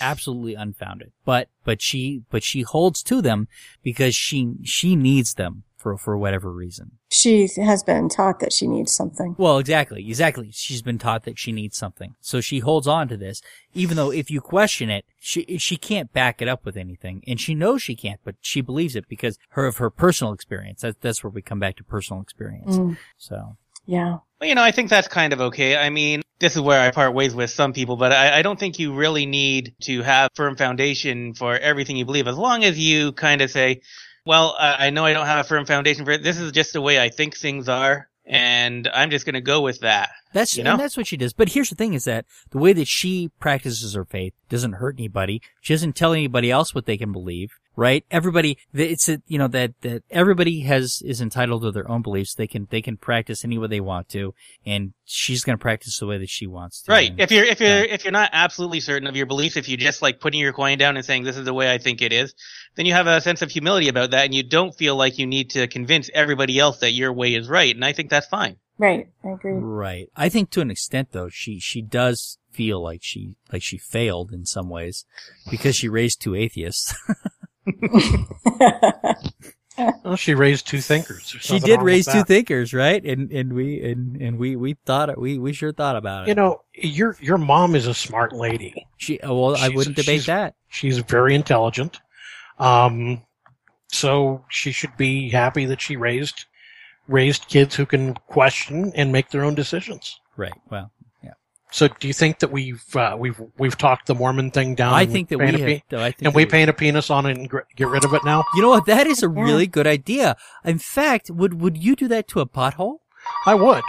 absolutely unfounded, but but she but she holds to them because she she needs them for for whatever reason.
She has been taught that she needs something.
Well, exactly, exactly. She's been taught that she needs something, so she holds on to this, even though if you question it, she she can't back it up with anything, and she knows she can't, but she believes it because her of her personal experience. That's that's where we come back to personal experience.
Mm.
So
Yeah.
Well, you know, I think that's kind of okay. I mean, this is where I part ways with some people, but I, I don't think you really need to have firm foundation for everything you believe, as long as you kind of say, "Well, I, I know I don't have a firm foundation for it. This is just the way I think things are, and I'm just going to go with that."
that's
You
and
know?
that's what she does. But here's the thing: is that the way that she practices her faith doesn't hurt anybody. She doesn't tell anybody else what they can believe. Right? Everybody, th- it's a, you know that that everybody has is entitled to their own beliefs. They can they can practice any way they want to, and she's going to practice the way that she wants to.
Right.
And-
If you're if you're
Yeah.
if you're not absolutely certain of your beliefs, if you just like putting your coin down and saying this is the way I think it is, then you have a sense of humility about that, and you don't feel like you need to convince everybody else that your way is right. And I think that's fine.
Right. I agree.
Right. I think to an extent though, she, she does feel like she, like she failed in some ways because she raised two atheists.
Well, she raised two thinkers. There's
she
nothing
did
wrong
raise
with
two
that.
thinkers, right? And, and we, and, and we, we thought, we, we sure thought about it.
You know, your your mom is a smart lady.
she, oh, well, I
she's-
wouldn't debate
she's-
that.
She's very intelligent. Um, so she should be happy that she raised raised kids who can question and make their own decisions.
Right. Well,
So, do you think that we've uh, we've we've talked the Mormon thing down?
I
and
think that we
paint
have,
a pe-
though, I think
Um, and
that
we paint a penis on it and gr- get rid of it now.
you know what? That is a
Yeah.
really good idea. In fact, would, would you do that to a pothole?
I would.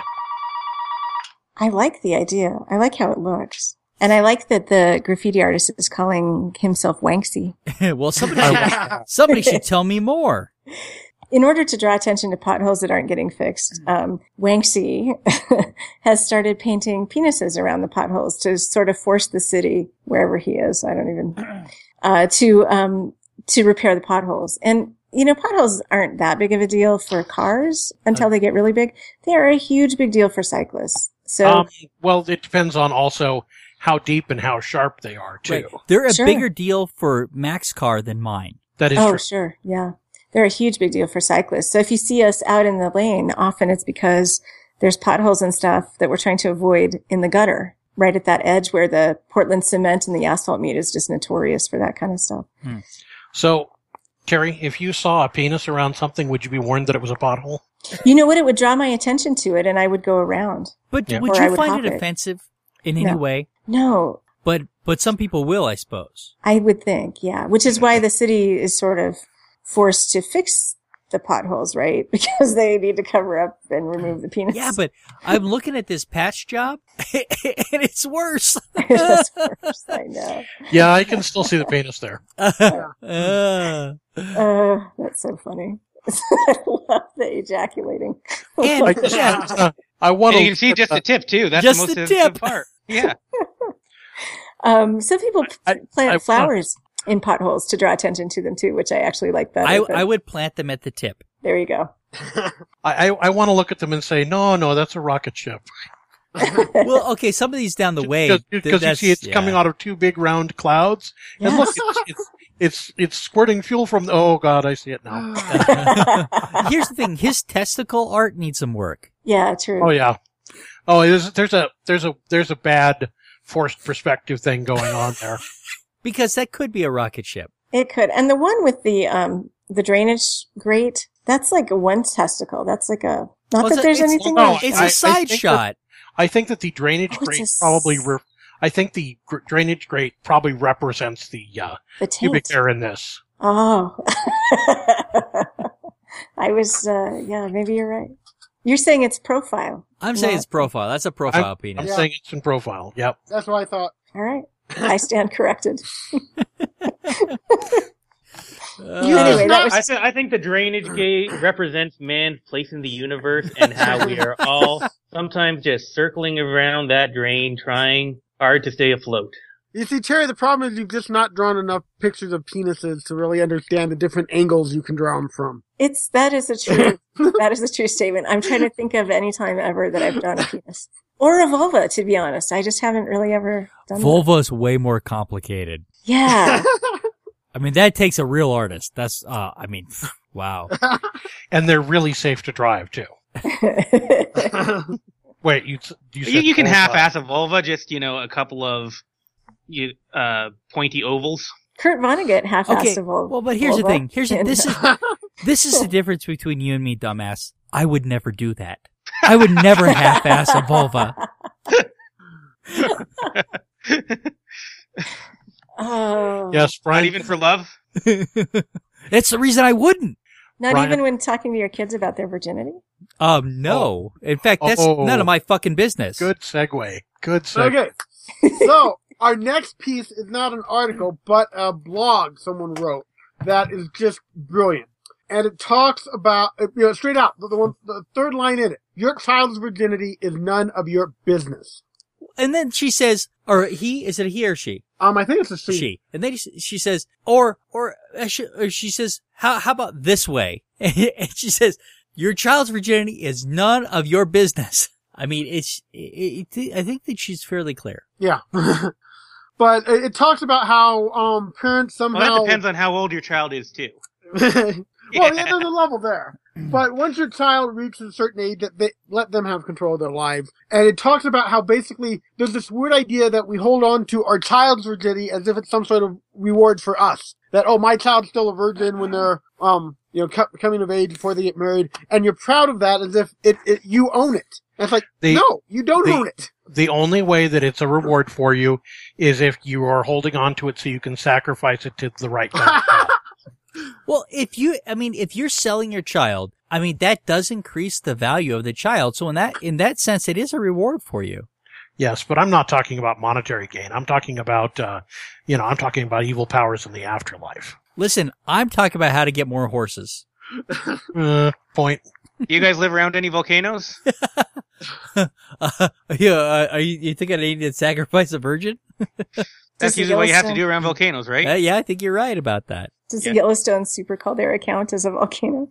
I like the idea. I like how it looks. And I like that the graffiti artist is calling himself Wanksy.
well, somebody, should, somebody should tell me more.
In order to draw attention to potholes that aren't getting fixed, um, Wanksy has started painting penises around the potholes to sort of force the city, wherever he is, I don't even, uh, to, um, to repair the potholes. And, you know, potholes aren't that big of a deal for cars until they get really big. They are a huge big deal for cyclists. So,
Um, well, it depends on also how deep and how sharp they are too.
Right. They're a
Sure.
bigger deal for Mac's car than mine.
That is
oh,
true.
sure. Yeah. They're a huge big deal for cyclists. So if you see us out in the lane, often it's because there's potholes and stuff that we're trying to avoid in the gutter, right at that edge where the Portland cement and the asphalt meet is just notorious for that kind of stuff.
So, Terry, if you saw a penis around something, would you be warned that it was a pothole?
You know what? It would draw my attention to it and I would go around.
But
Yeah.
would
Or I
you
would
find
hop
it
it.
offensive in any
No.
way?
No,
But but some people will, I suppose.
I would think. Yeah. Which is why the city is sort of forced to fix the potholes, right? Because they need to cover up and remove the penis.
Yeah, but I'm looking at this patch job, and it's worse.
It's worse, I know.
Yeah, I can still see the penis there.
Uh,
Uh, that's so funny. I love the ejaculating.
And-
I just,
Yeah.
uh, I want
And
to.
you can see just the tip too. That's
Just
the most
the
sensitive
tip.
part. Yeah.
um, some people p-
I-
plant
I-
flowers in potholes to draw attention to them too, which I actually like better.
I
but
I would plant them at the tip.
there you go.
I, I, I want to look at them and say, no, no, that's a rocket ship.
Well, okay, some of these down the way th-
Because you
that's-
see, it's
yeah.
coming out of two big round clouds, and look,
Yes.
it's, it's it's it's squirting fuel from. The, oh God, I see it now.
Here's the thing: his testicle art needs some work.
yeah, true.
Oh yeah. Oh, there's there's a there's a there's a bad forced perspective thing going on there.
Because that could be a rocket ship.
It could. And the one with the um the drainage grate, that's like a one testicle. That's like a
Well,
not that
it's a-
there's
it's-
anything
no,
wrong. with
It's
I-
a
I
side
think that-
shot.
I think that the drainage
Oh, it's
grate
a s-
probably. Re- I think the gr- drainage grate probably represents the uh,
the
pubic
taint.
hair in this.
Oh. I was uh yeah, maybe you're right. You're saying it's profile.
I'm saying
Yeah.
it's profile. That's a profile penis.
I'm
Yeah.
saying it's in profile. Yep.
That's what I thought.
All right. I stand corrected. You
Uh,
anyway, that
snap-
was
I, th- I think the drainage gate represents man's place in the universe and how we are all sometimes just circling around that drain, trying hard to stay afloat.
You see, Terry, the problem is you've just not drawn enough pictures of penises to really understand the different angles you can draw them from.
it's that is a true that is a true statement. I'm trying to think of any time ever that I've done a penis or a vulva. To be honest, I just haven't really ever done that.
Volva's way more complicated.
Yeah,
I mean, that takes a real artist. That's, uh, I mean, wow.
and they're really safe to drive too. Wait, you you,
You,
said
you can
full size.
half-ass a vulva, just you know, a couple of you, uh, pointy ovals.
Kurt Vonnegut half-assed
Okay,
a vul-
Well, but here's the
vulva.
thing. Here's the,
And-
this is this is the difference between you and me, dumbass. I would never do that. I would never half-ass a vulva.
Oh,
Yes,
Not
Brian.
even for love.
That's the reason I wouldn't.
not
Brian-
even when talking to your kids about their virginity.
Um, no. In fact, that's
Oh.
none of my fucking business.
good segue. Good segue.
okay. So, our next piece is not an article, but a blog someone wrote that is just brilliant. And it talks about, uh, you know, straight out, the, the one, the third line in it. Your child's virginity is none of your business.
And then she says, or he, is it he or she?
Um, I think it's a she.
She. And then she- she says, or, or, uh, she, or she says, how, how about this way? and she says, your child's virginity is none of your business. I mean, it's, it, it, I think that she's fairly clear.
Yeah. but it, it talks about how, um, parents
Well, that
somehow.
depends on how old your child is too.
well, yeah, there's a level there.
Mm.
But once your child reaches a certain age, that they let them have control of their lives. And it talks about how basically there's this weird idea that we hold on to our child's virginity as if it's some sort of reward for us. That oh, my child's still a virgin when they're um you know co- coming of age before they get married, and you're proud of that as if it, it you own it. And it's like
They-
no, you don't
they-
own it.
The only way that it's a reward for you is if you are holding on to it so you can sacrifice it to the right kind. of child.
Well, if you, I mean, if you're selling your child, I mean, that does increase the value of the child. So in that, in that sense, it is a reward for you.
yes, but I'm not talking about monetary gain. I'm talking about uh, you know, I'm talking about evil powers in the afterlife.
Listen, I'm talking about how to get more horses.
Uh, point.
You guys live around any volcanoes?
Uh, yeah, uh, are you, you think I need to sacrifice a virgin?
That's
Does the
usually what you have to do
Yellowstone-
around volcanoes, right?
Uh, yeah, I think you're right about that.
Does
Yeah.
Yellowstone supercaldera count as a volcano?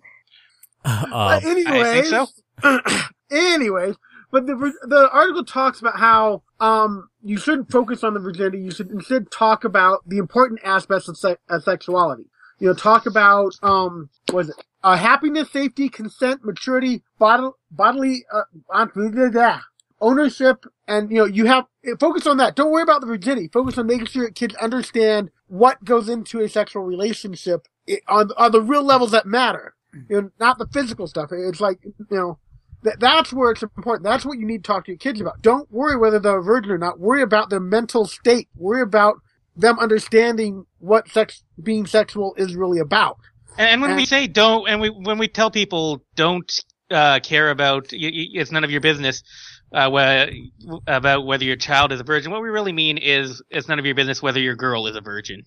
Uh,
But anyways,
I think so.
anyways, but the the article talks about how um you shouldn't focus on the virginity. You should instead talk about the important aspects of, se- of sexuality. You know, talk about um was it uh, happiness, safety, consent, maturity, bod- bodily uh, uh, blah, blah, blah, ownership, and you know you have focus on that. Don't worry about the virginity. Focus on making sure kids understand what goes into a sexual relationship i- on on the real levels that matter you know, not the physical stuff. It's like, you know, that, that's where it's important. That's what you need to talk to your kids about. Don't worry whether they're a virgin or not. Worry about their mental state. Worry about them understanding what sex, being sexual is really about.
And, and when we
Uh,
say don't, and we when we tell people don't uh, care about, y- y- it's none of your business uh, wh- about whether your child is a virgin. What we really mean is it's none of your business whether your girl is a virgin.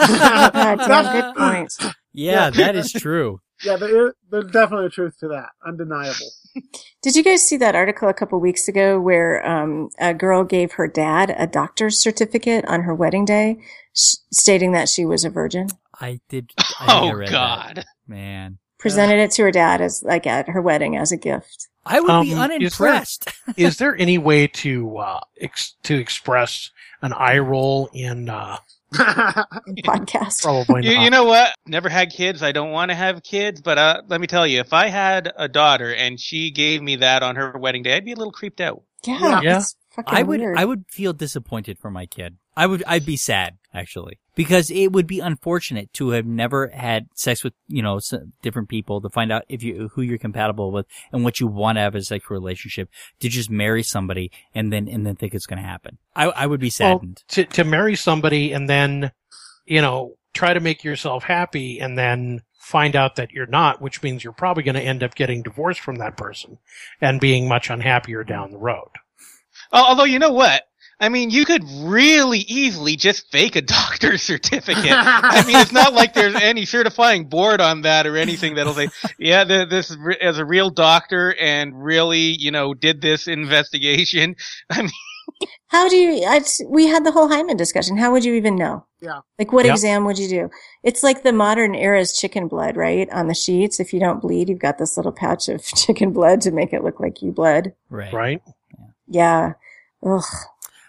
Ah, damn, good point.
yeah, that is true.
Yeah, there, there's definitely a truth to that. Undeniable.
Did you guys see that article a couple weeks ago where um, a girl gave her dad a doctor's certificate on her wedding day, sh- stating that she was a virgin?
I did. I think I
Oh
read that.
God!
man,
Presented it to her dad as like at her wedding as a gift.
I would be
Um, is there-
unimpressed.
Is there any way to uh, ex- to express an eye roll in uh,
Podcast.
probably
You,
not?
you know what? Never had kids. I don't want to have kids. But uh, let me tell you, if I had a daughter and she gave me that on her wedding day, I'd be a little creeped out.
Yeah,
Yeah.
it's fucking
I would.
weird.
I would feel disappointed for my kid. I would. I'd be sad actually because it would be unfortunate to have never had sex with you know s- different people to find out if you who you're compatible with and what you want to have as a sexual relationship to just marry somebody and then and then think it's going to happen. I I would be saddened.
to to marry somebody and then you know try to make yourself happy and then find out that you're not which means you're probably going to end up getting divorced from that person and being much unhappier down the road
Al- Although you know what? I mean, you could really easily just fake a doctor's certificate. I mean, it's not like there's any certifying board on that or anything that'll say, yeah, th- this re- as a real doctor and really, you know, did this investigation. I mean,
How do you? I, we had the whole Hyman discussion. How would you even know?
Yeah.
Like, what
Yeah.
exam would you do? It's like the modern era's chicken blood, right? On the sheets, if you don't bleed, you've got this little patch of chicken blood to make it look like you bled.
Right.
right?
Yeah. Ugh.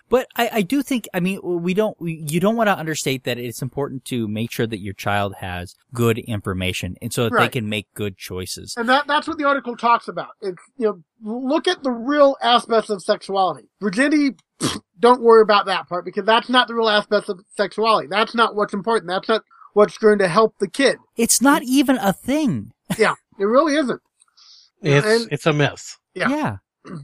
But I, I do think, I mean, we don't, we, you don't want to understate that it's important to make sure that your child has good information and so that they
Right.
can make good choices.
And that, that's what the article talks about. It's, you know, look at the real aspects of sexuality. Virginity, pfft, don't worry about that part because that's not the real aspects of sexuality. That's not what's important. That's not what's going to help the kid.
It's not even a thing.
Yeah, it really isn't.
It's
And-
it's a myth.
Yeah.
yeah.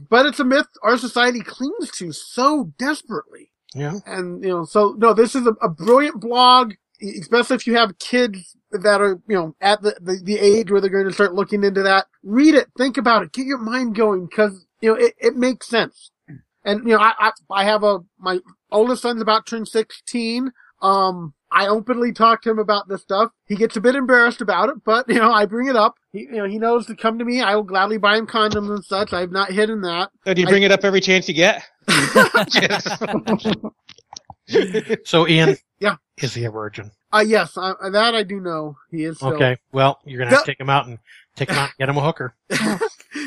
But it's a myth our society clings to so desperately.
Yeah.
And, you know, so no, this is a, a brilliant blog, e- especially if you have kids that are, you know, at the, the, the age where they're going to start looking into that. Read it, think about it, get your mind going because, you know, it, it makes sense. And, you know, I, I, I have a, my oldest son's about to turn 16. Um, I openly talk to him about this stuff. He gets a bit embarrassed about it, but, you know, I bring it up. He, you know, he knows to come to me. I will gladly buy him condoms and such. I've not hidden that.
do you bring it up every chance you get? Just-
So Ian,
Yeah.
is he a virgin?
Uh, yes, I, I- that I do know. He is. Still.
Okay. Well, you're gonna have to
No.
take him out and take him out and get him a hooker.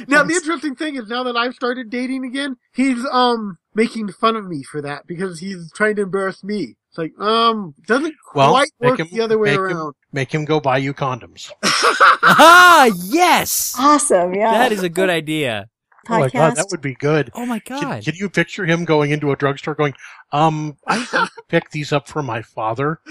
Now the interesting thing is now that I've started dating again, he's um making fun of me for that because he's trying to embarrass me. It's like um doesn't
Well,
quite
make
work
him-
the other way
make him-
around.
Make him go buy you condoms.
ah,
Oh
yes.
Awesome. Yeah.
That is a good idea.
Oh my god, that
Podcast.
would be good.
Oh my
Can-
God.
Can, you picture him going into a drugstore going, um, I picked these up for my father?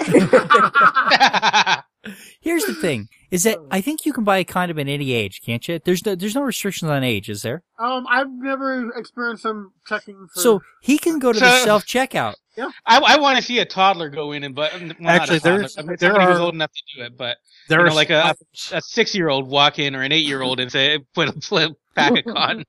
Here's the thing is that I think you can buy a condom at any age, can't you? There's no, there's no restrictions on age, is there?
um, I've never experienced him checking for.
So he can go to the
So-
self checkout.
I, I want to see a toddler go in and but well, not
Actually,
a toddler.
there's-
I mean,
there
somebody who's
are-
old enough to do it, but
There
You
are
know, like a-
some-
a six year old walk in or an eight year old and say put a flip pack of condoms.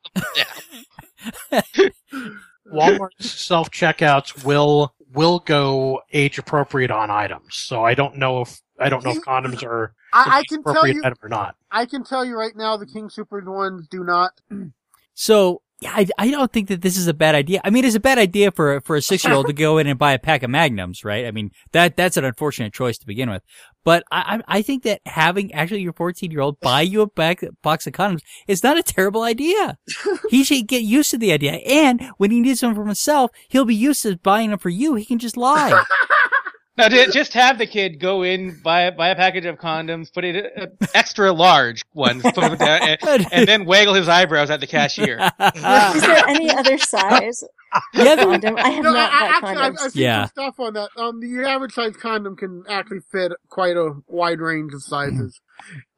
Walmart's self checkouts will will go age appropriate on items. So I don't know if I don't know if condoms are
I, I can tell
appropriate
you,
item or not.
I can tell you right now, the King Super ones do not.
So yeah, I, I don't think that this is a bad idea. I mean, it's a bad idea for for a six year old to go in and buy a pack of magnums, right? I mean, that that's an unfortunate choice to begin with. But I I I think that having actually your fourteen year old buy you a back, box of condoms is not a terrible idea. he should get used to the idea, and when he needs them for himself, he'll be used to buying them for you. He can just lie.
Now, ju- just have the kid go in, buy buy a package of condoms, put it uh, extra large ones, put uh, them down, and, and then waggle his eyebrows at the cashier.
Is
Ah.
there any other size
yeah,
condom? I have
No, I,
not
I,
bought
actually, I've,
condoms.
I've seen
Yeah.
some stuff on that. Um, the average size condom can actually fit quite a wide range of sizes.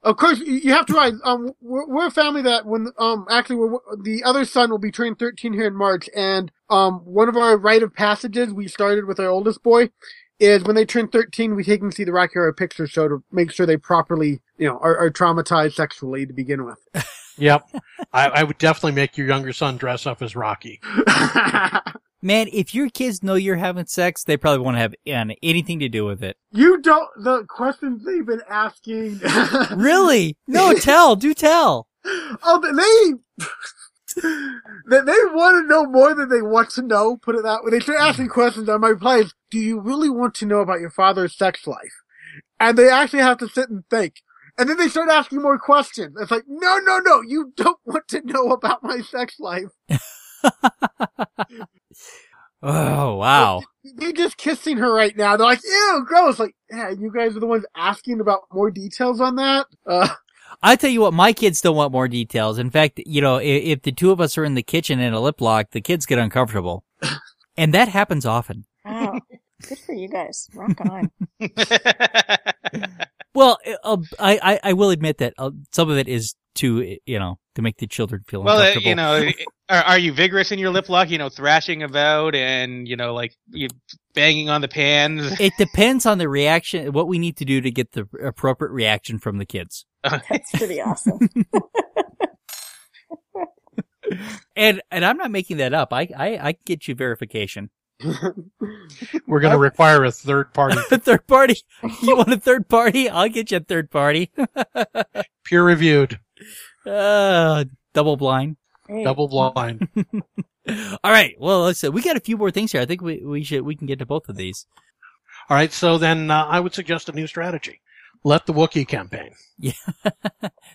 of course, you you have to realize, um, we're, we're a family that when, um, actually, we're, the other son will be turning 13 here in March, and, um, one of our rite of passages we started with our oldest boy is when they turn 13, we take them to see the Rocky Horror Picture Show to make sure they properly, you know, are, are traumatized sexually to begin with.
Yep. I, I would definitely make your younger son dress up as Rocky.
man, if your kids know you're having sex, they probably won't have uh, anything to do with it.
you don't, the questions they've been asking.
Really? No, tell, do tell.
Oh, they they, they want to know more than they want to know. Put it that way. They start asking questions on my plays. Do you really want to know about your father's sex life? And they actually have to sit and think. And then they start asking more questions. It's like, no, no, no, you don't want to know about my sex life.
Oh wow!
They're just kissing her right now. They're like, ew, gross. Like, yeah, you guys are the ones asking about more details on that. Uh,
I tell you what, my kids don't want more details. In fact, you know, if, if the two of us are in the kitchen in a lip lock, the kids get uncomfortable, and that happens often.
Wow. Good for you guys. Rock on.
Well, uh, I, I I will admit that uh, some of it is to you know to make the children feel
well, uh,
uncomfortable.
you know, are, are you vigorous in your lip lock? You know, thrashing about and you know, like you banging on the pans.
it depends on the reaction, what we need to do to get the appropriate reaction from the kids.
That's pretty awesome.
And and I'm not making that up. I I, I can get you verification.
We're going to require a third party
A third party. You want a third party? I'll get you a third party.
peer reviewed
Uh, double blind.
Great.
double blind.
All right. Well, let's uh, we got a few more things here. I think we, we should we can get to both of these.
All right, so then uh, I would suggest a new strategy. Let the Wookiee campaign.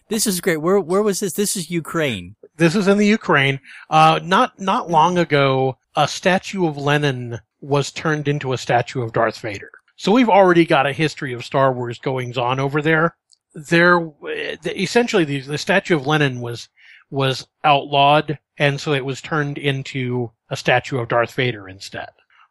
This is great. Where where was this? This is Ukraine.
This is in the Ukraine. Uh, not not long ago, a statue of Lenin was turned into a statue of Darth Vader. So we've already got a history of Star Wars goings on over there. There, w- the- essentially, the, the statue of Lenin was was outlawed, and so it was turned into a statue of Darth Vader instead.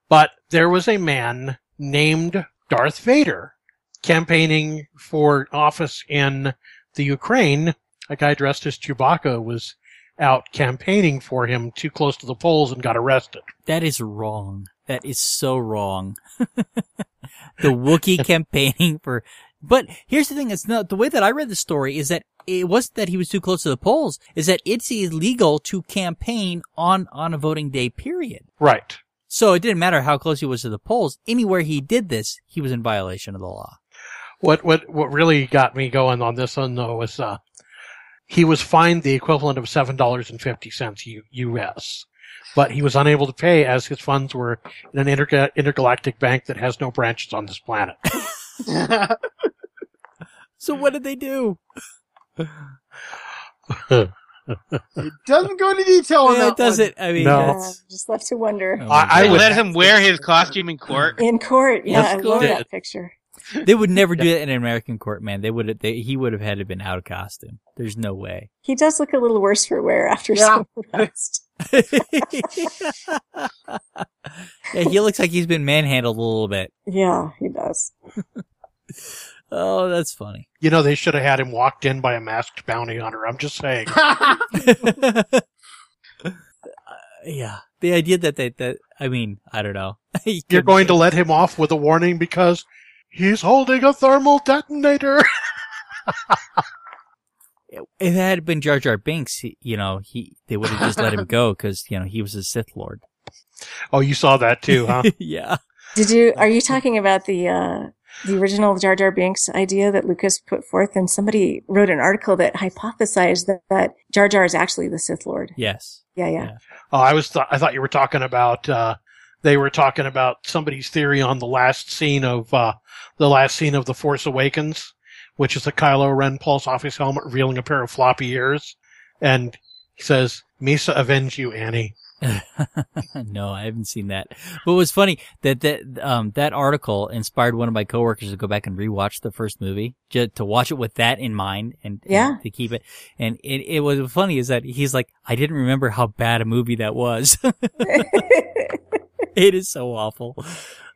But there was a man named Darth Vader campaigning for office in the Ukraine. A guy dressed as Chewbacca was out campaigning for him too close to the polls and got arrested.
That is wrong. That is so wrong. the Wookiee campaigning for, but here's the thing. It's not the way that I read the story is that it wasn't that he was too close to the polls is that it's illegal to campaign on, on a voting day period.
Right.
So it didn't matter how close he was to the polls. Anywhere he did this, he was in violation of the law.
What what what really got me going on this one though was uh, he was fined the equivalent of seven dollars and fifty cents U.S. But he was unable to pay as his funds were in an interga- intergalactic bank that has no branches on this planet.
Uh,
So what did they do?
It doesn't go into detail on
Yeah,
Oh, that.
it doesn't. I mean,
No.
Yeah,
that's, oh,
just left to wonder.
I
They
would-
let him wear his costume in court.
Oh.
In court, yeah,
That's
I love
good.
that picture.
they would never do that in an American court, man. They would have. They, he would have had to been out of costume. There's no way.
He does look a little worse for wear after
Yeah.
some rest.
yeah, he looks like he's been manhandled a little bit.
Yeah, he does.
Oh, that's funny.
you know they should have had him walked in by a masked bounty hunter. I'm just saying.
doesn't.
Uh, yeah, the idea that they, that I mean, I don't know. He
You're
couldn't
going to
do it.
let him off with a warning because he's holding a thermal detonator.
If it had been Jar Jar Binks, he, you know, he they would have just let him go because you know he was a Sith Lord.
oh, you saw that too, huh?
yeah.
Did you? Are you talking about the uh, the original Jar Jar Binks idea that Lucas put forth? And somebody wrote an article that hypothesized that, that Jar Jar is actually the Sith Lord.
Yes.
Yeah, yeah.
Yeah.
Oh, I was th- I thought you were talking about uh, they were talking about somebody's theory on the last scene of uh, the last scene of the Force Awakens, which is the Kylo Ren pulls off his helmet, revealing a pair of floppy ears, and he says, "Misa, avenge you, Annie."
no, I haven't seen that. But it was funny that that um that article inspired one of my coworkers to go back and rewatch the first movie ju- to watch it with that in mind and and
Yeah.
to keep it. And it, it was funny is that he's like, I didn't remember how bad a movie that was. it is so awful.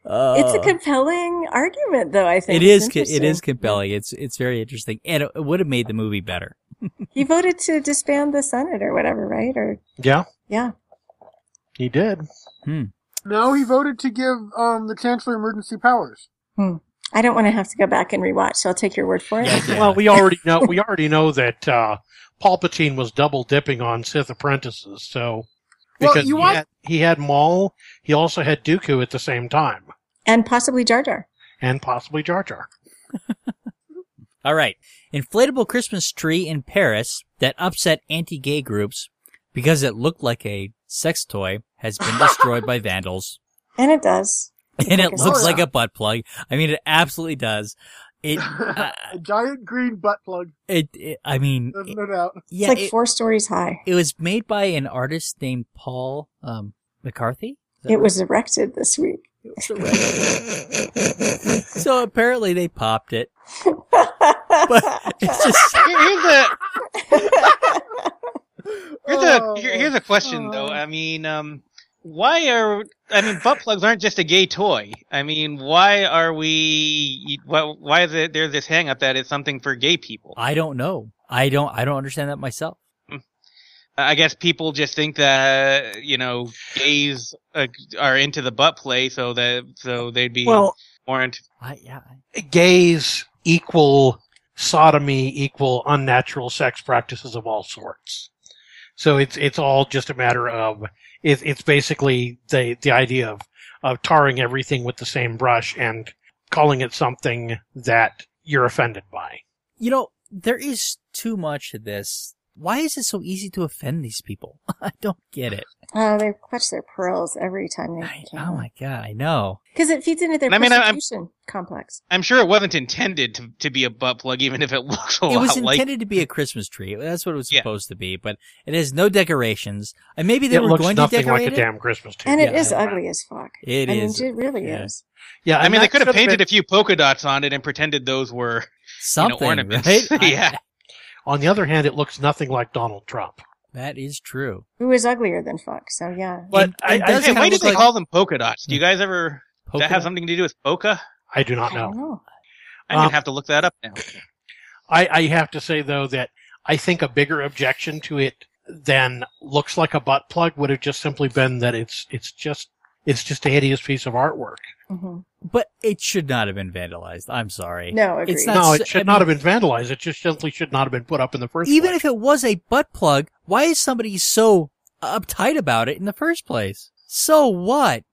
Uh,
it's a compelling argument, though. I think
It is.
It's
co- It is
interesting.
compelling. It's it's very interesting, and it would have made the movie better.
He voted to disband the Senate or whatever, right? Or
Yeah,
yeah,
he did.
no, he voted to give um, the chancellor emergency powers.
I don't want to have to go back and rewatch. So I'll take your word for it.
Yeah.
Well, we already know we already know that uh, Palpatine was double dipping on Sith apprentices, so
Well,
because
you
he,
want-
had, he had Maul, he also had Dooku at the same time,
And possibly Jar Jar.
and possibly Jar Jar.
All right. Inflatable Christmas tree in Paris that upset anti gay groups because it looked like a sex toy has been destroyed by vandals.
And it does.
And it
Okay.
looks
Oh,
like
yeah.
a butt plug. I mean, it absolutely does. It, uh,
a giant green butt plug.
it, it- I mean,
There's
it-
no doubt.
yeah,
it's like
it,
four stories high.
it was made by an artist named Paul um, McCarthy. Is that
It
right?
was erected this week.
so apparently they popped it, but it's just
Here- Here's a here's a
Oh.
here- here's a question though.
Oh.
I mean, um, why are I mean butt plugs aren't just a gay toy. I mean, why are we? Why, why is it there's this hang up that it's something for gay people?
I don't know. I don't. I don't understand that myself.
I guess people just think that you know gays uh, are into the butt play, so that so they'd be
Well,
more into.
I yeah. I-
gays equal sodomy equal unnatural sex practices of all sorts. So it's it's all just a matter of it, it's basically the the idea of of tarring everything with the same brush and calling it something that you're offended by.
You know, there is too much of this. Why is it so easy to offend these people? I don't get it.
Oh, they clutch their pearls every time they
I, oh
can.
my god, I know.
Because it feeds into their
I mean, I- I'm-
persecution complex.
I'm sure it wasn't intended to, to be a butt plug, even if it looks a
it
lot
was
Oh, like.
intended to be a Christmas tree. That's what it was
Yeah.
supposed to be, but it has no decorations. And maybe they
it
were
looks
going to
nothing
decorate
like a
it.
damn Christmas tree.
And it
Yeah.
is ugly as fuck.
It
I mean,
is.
it really
yeah.
is.
Yeah,
I mean,
and
they
that
could have
should've been-
painted a few polka dots on it and pretended those were.
Something,
ornaments.
right? I-
Yeah.
On the other hand, it looks nothing like Donald Trump.
that is true.
Who is uglier than fuck? So yeah.
It-
But
it
I- I-
does
That's
Hey,
kinda
why did
look
they
like
call them polka dots? Do you guys ever? Does that
polka
have
dot-
something to do with polka?
I do not
I don't
know.
know.
I'm
Uh,
gonna
Um,
have to look that up now.
I, I have to say though that I think a bigger objection to it than looks like a butt plug would have just simply been that it's it's just it's just a hideous piece of artwork.
hmm
But it should not have been vandalized. I'm sorry.
No, agreed.
not-
no,
That's-
it should
I
not
mean-
have been vandalized. It just simply should not have been put up in the first
Even
place.
if it was a butt plug, why is somebody so uptight about it in the first place? So what?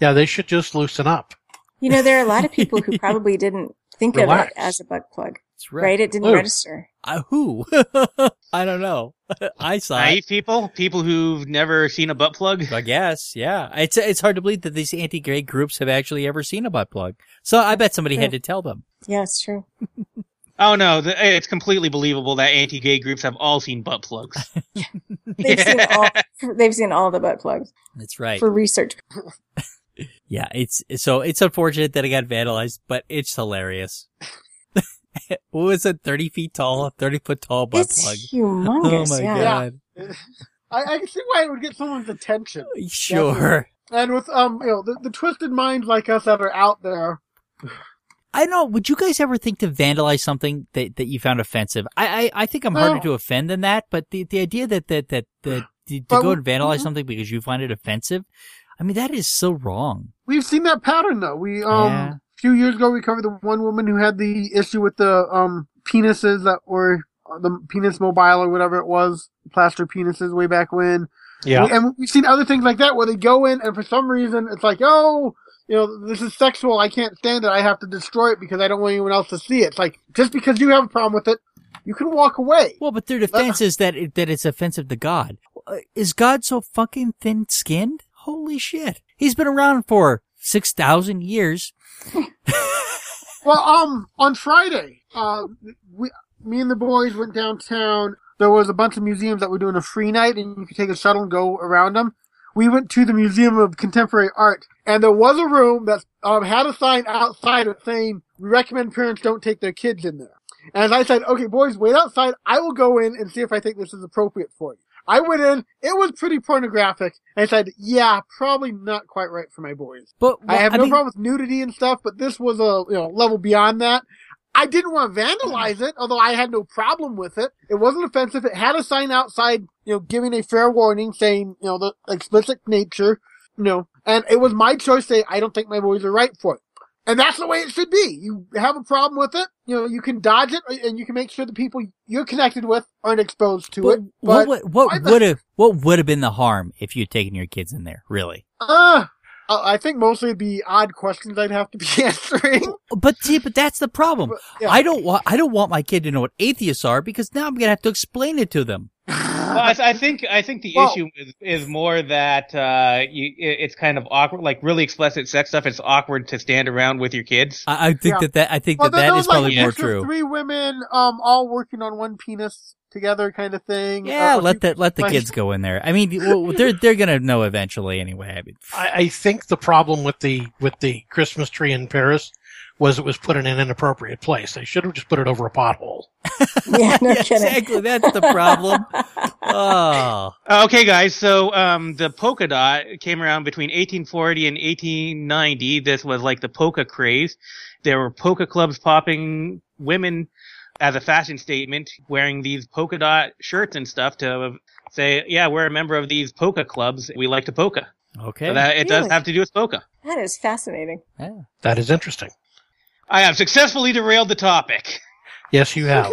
yeah, they should just loosen up.
You know, there are a lot of people who probably didn't think of
Relax.
it as a butt plug,
That's
right? It didn't
Loose.
register.
Uh, who? I don't know. I saw it.
Naive people, people who've never seen a butt plug.
I guess, yeah. It's it's hard to believe that these anti-gay groups have actually ever seen a butt plug. So I bet somebody had to tell them.
Yeah, it's true.
Oh no, th- it's completely believable that anti-gay groups have all seen butt plugs.
They've seen all. They've seen all the butt plugs
That's right.
for research.
yeah, it's so it's unfortunate that it got vandalized, but it's hilarious. what was it? Thirty feet tall, thirty foot tall butt
it's
plug.
humongous.
oh my
yeah.
god!
I, I can see why it would get someone's attention.
Sure.
And with um, you know, the, the twisted minds like us that are out there,
I don't know. Would you guys ever think to vandalize something that, that you found offensive? I, I, I think I'm
No.
harder to offend than that, but the, the idea that, that, that, that to, to
But
go
we-
and vandalize
mhm.
something because you find it offensive, I mean, that is so wrong.
we've seen that pattern though. We um,
Yeah.
a few years ago, we covered the one woman who had the issue with the um penises that were uh, the penis mobile or whatever it was, plaster penises way back when.
Yeah,
And we've seen other things like that where they go in and for some reason it's like, oh, you know, this is sexual. I can't stand it. I have to destroy it because I don't want anyone else to see it. It's like, just because you have a problem with it, you can walk away.
Well, but their defense is that, it, that it's offensive to God. Uh, Is God so fucking thin skinned? Holy shit. He's been around for 6,000 years.
Well, um, on Friday, uh, we, me and the boys went downtown. There was a bunch of museums that were doing a free night, and you could take a shuttle and go around them. We went to the Museum of Contemporary Art, and there was a room that um, had a sign outside of it saying, "We recommend parents don't take their kids in there." And as I said, "Okay, boys, wait outside. I will go in and see if I think this is appropriate for you." I went in. It was pretty pornographic, and I said, "Yeah, probably not quite right for my boys."
But
I
well,
have no
mean,
problem with nudity and stuff, but this was a you know level beyond that. I didn't want to vandalize it, although I had no problem with it. It wasn't offensive. It had a sign outside, you know, giving a fair warning saying, you know, the explicit nature, you know, and it was my choice to say, I don't think my boys are right for it. And that's the way it should be. You have a problem with it, you know, you can dodge it and you can make sure the people you're connected with aren't exposed to
But
it. But,
what, would- what
I'm-
would have, what would have been the harm if you had taken your kids in there? Really?
uh, I I think mostly it'd be odd questions I'd have to be answering.
But see, but that's the problem.
But, yeah.
I don't want I don't want my kid to know what atheists are because now I'm gonna have to explain it to them.
well, I, I think I think the
Well-
issue is, is more that uh, you, it, it's kind of awkward, like really explicit sex stuff. It's awkward to stand around with your kids.
I, I think
Yeah.
that that I think
Well,
that that
there
is
was, like,
probably
a
more
picture
true.
of Three women, um, all working on one penis together, kind of thing.
Yeah,
Uh,
let the let the
like-
kids go in there. I mean, well, they're they're gonna know eventually anyway. I mean,
I, I think the problem with the with the Christmas tree in Paris was it was put in an inappropriate place. They should have just put it over a pothole.
Yeah, no
yeah,
kidding.
exactly. That's the problem. oh,
Uh, Okay, guys. So um, the polka dot came around between 1840 and 1890. This was like the polka craze. There were polka clubs popping women as a fashion statement, wearing these polka dot shirts and stuff to say, "Yeah, we're a member of these polka clubs. We like to polka."
okay.
So that, it does
Really?
have to do with polka.
That is fascinating.
That is interesting.
I have successfully derailed the topic.
Yes, you have.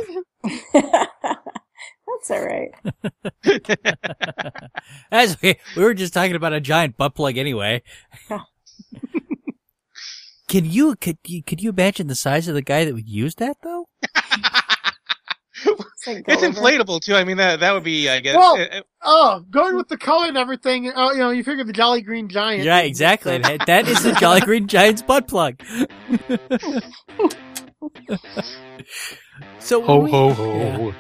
That's all right.
That's okay. We were just talking about a giant butt plug anyway. Can you could you, could you imagine the size of the guy that would use that though?
It's, like
It's
Gulliver.
inflatable too. I mean, that that would be, I guess.
Well-
uh,
Oh, going with the color and everything. Oh, you know, you figure the Jolly Green Giant.
Yeah, exactly. That- that is the Jolly Green Giant's butt plug. so
Ho
we-
ho ho.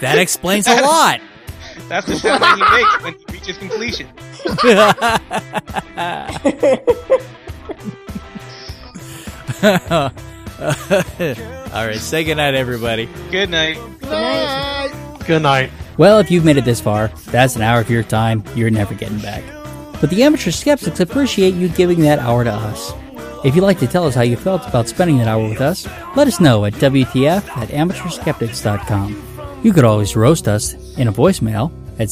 that explains a lot.
uh, that's the sound that he makes when he reaches completion.
All right, say goodnight, everybody.
Good night.
Nice.
Good night.
Well, if you've made it this far, that's an hour of your time you're never getting back. But the amateur skeptics appreciate you giving that hour to us. If you'd like to tell us how you felt about spending that hour with us, let us know at WTF at amateurskeptics.com. You could always roast us in a voicemail at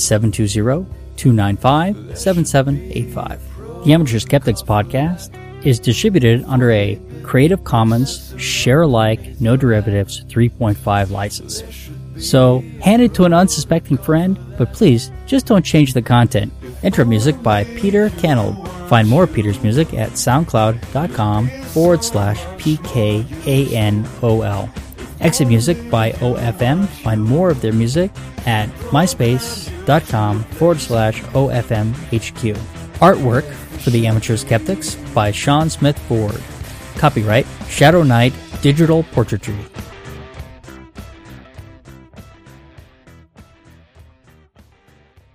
720-295-7785. The Amateur Skeptics Podcast is distributed under a Creative Commons Share Alike No Derivatives 3.5 license. So, hand it to an unsuspecting friend, but please just don't change the content. Intro music by Peter Canold. Find more of Peter's music at soundcloud.com forward slash PKANOL. Exit music by OFM. Find more of their music at myspace.com forward slash OFMHQ. Artwork for the Amateur Skeptics by Sean Smith Ford. Copyright Shadow Knight Digital Portraiture.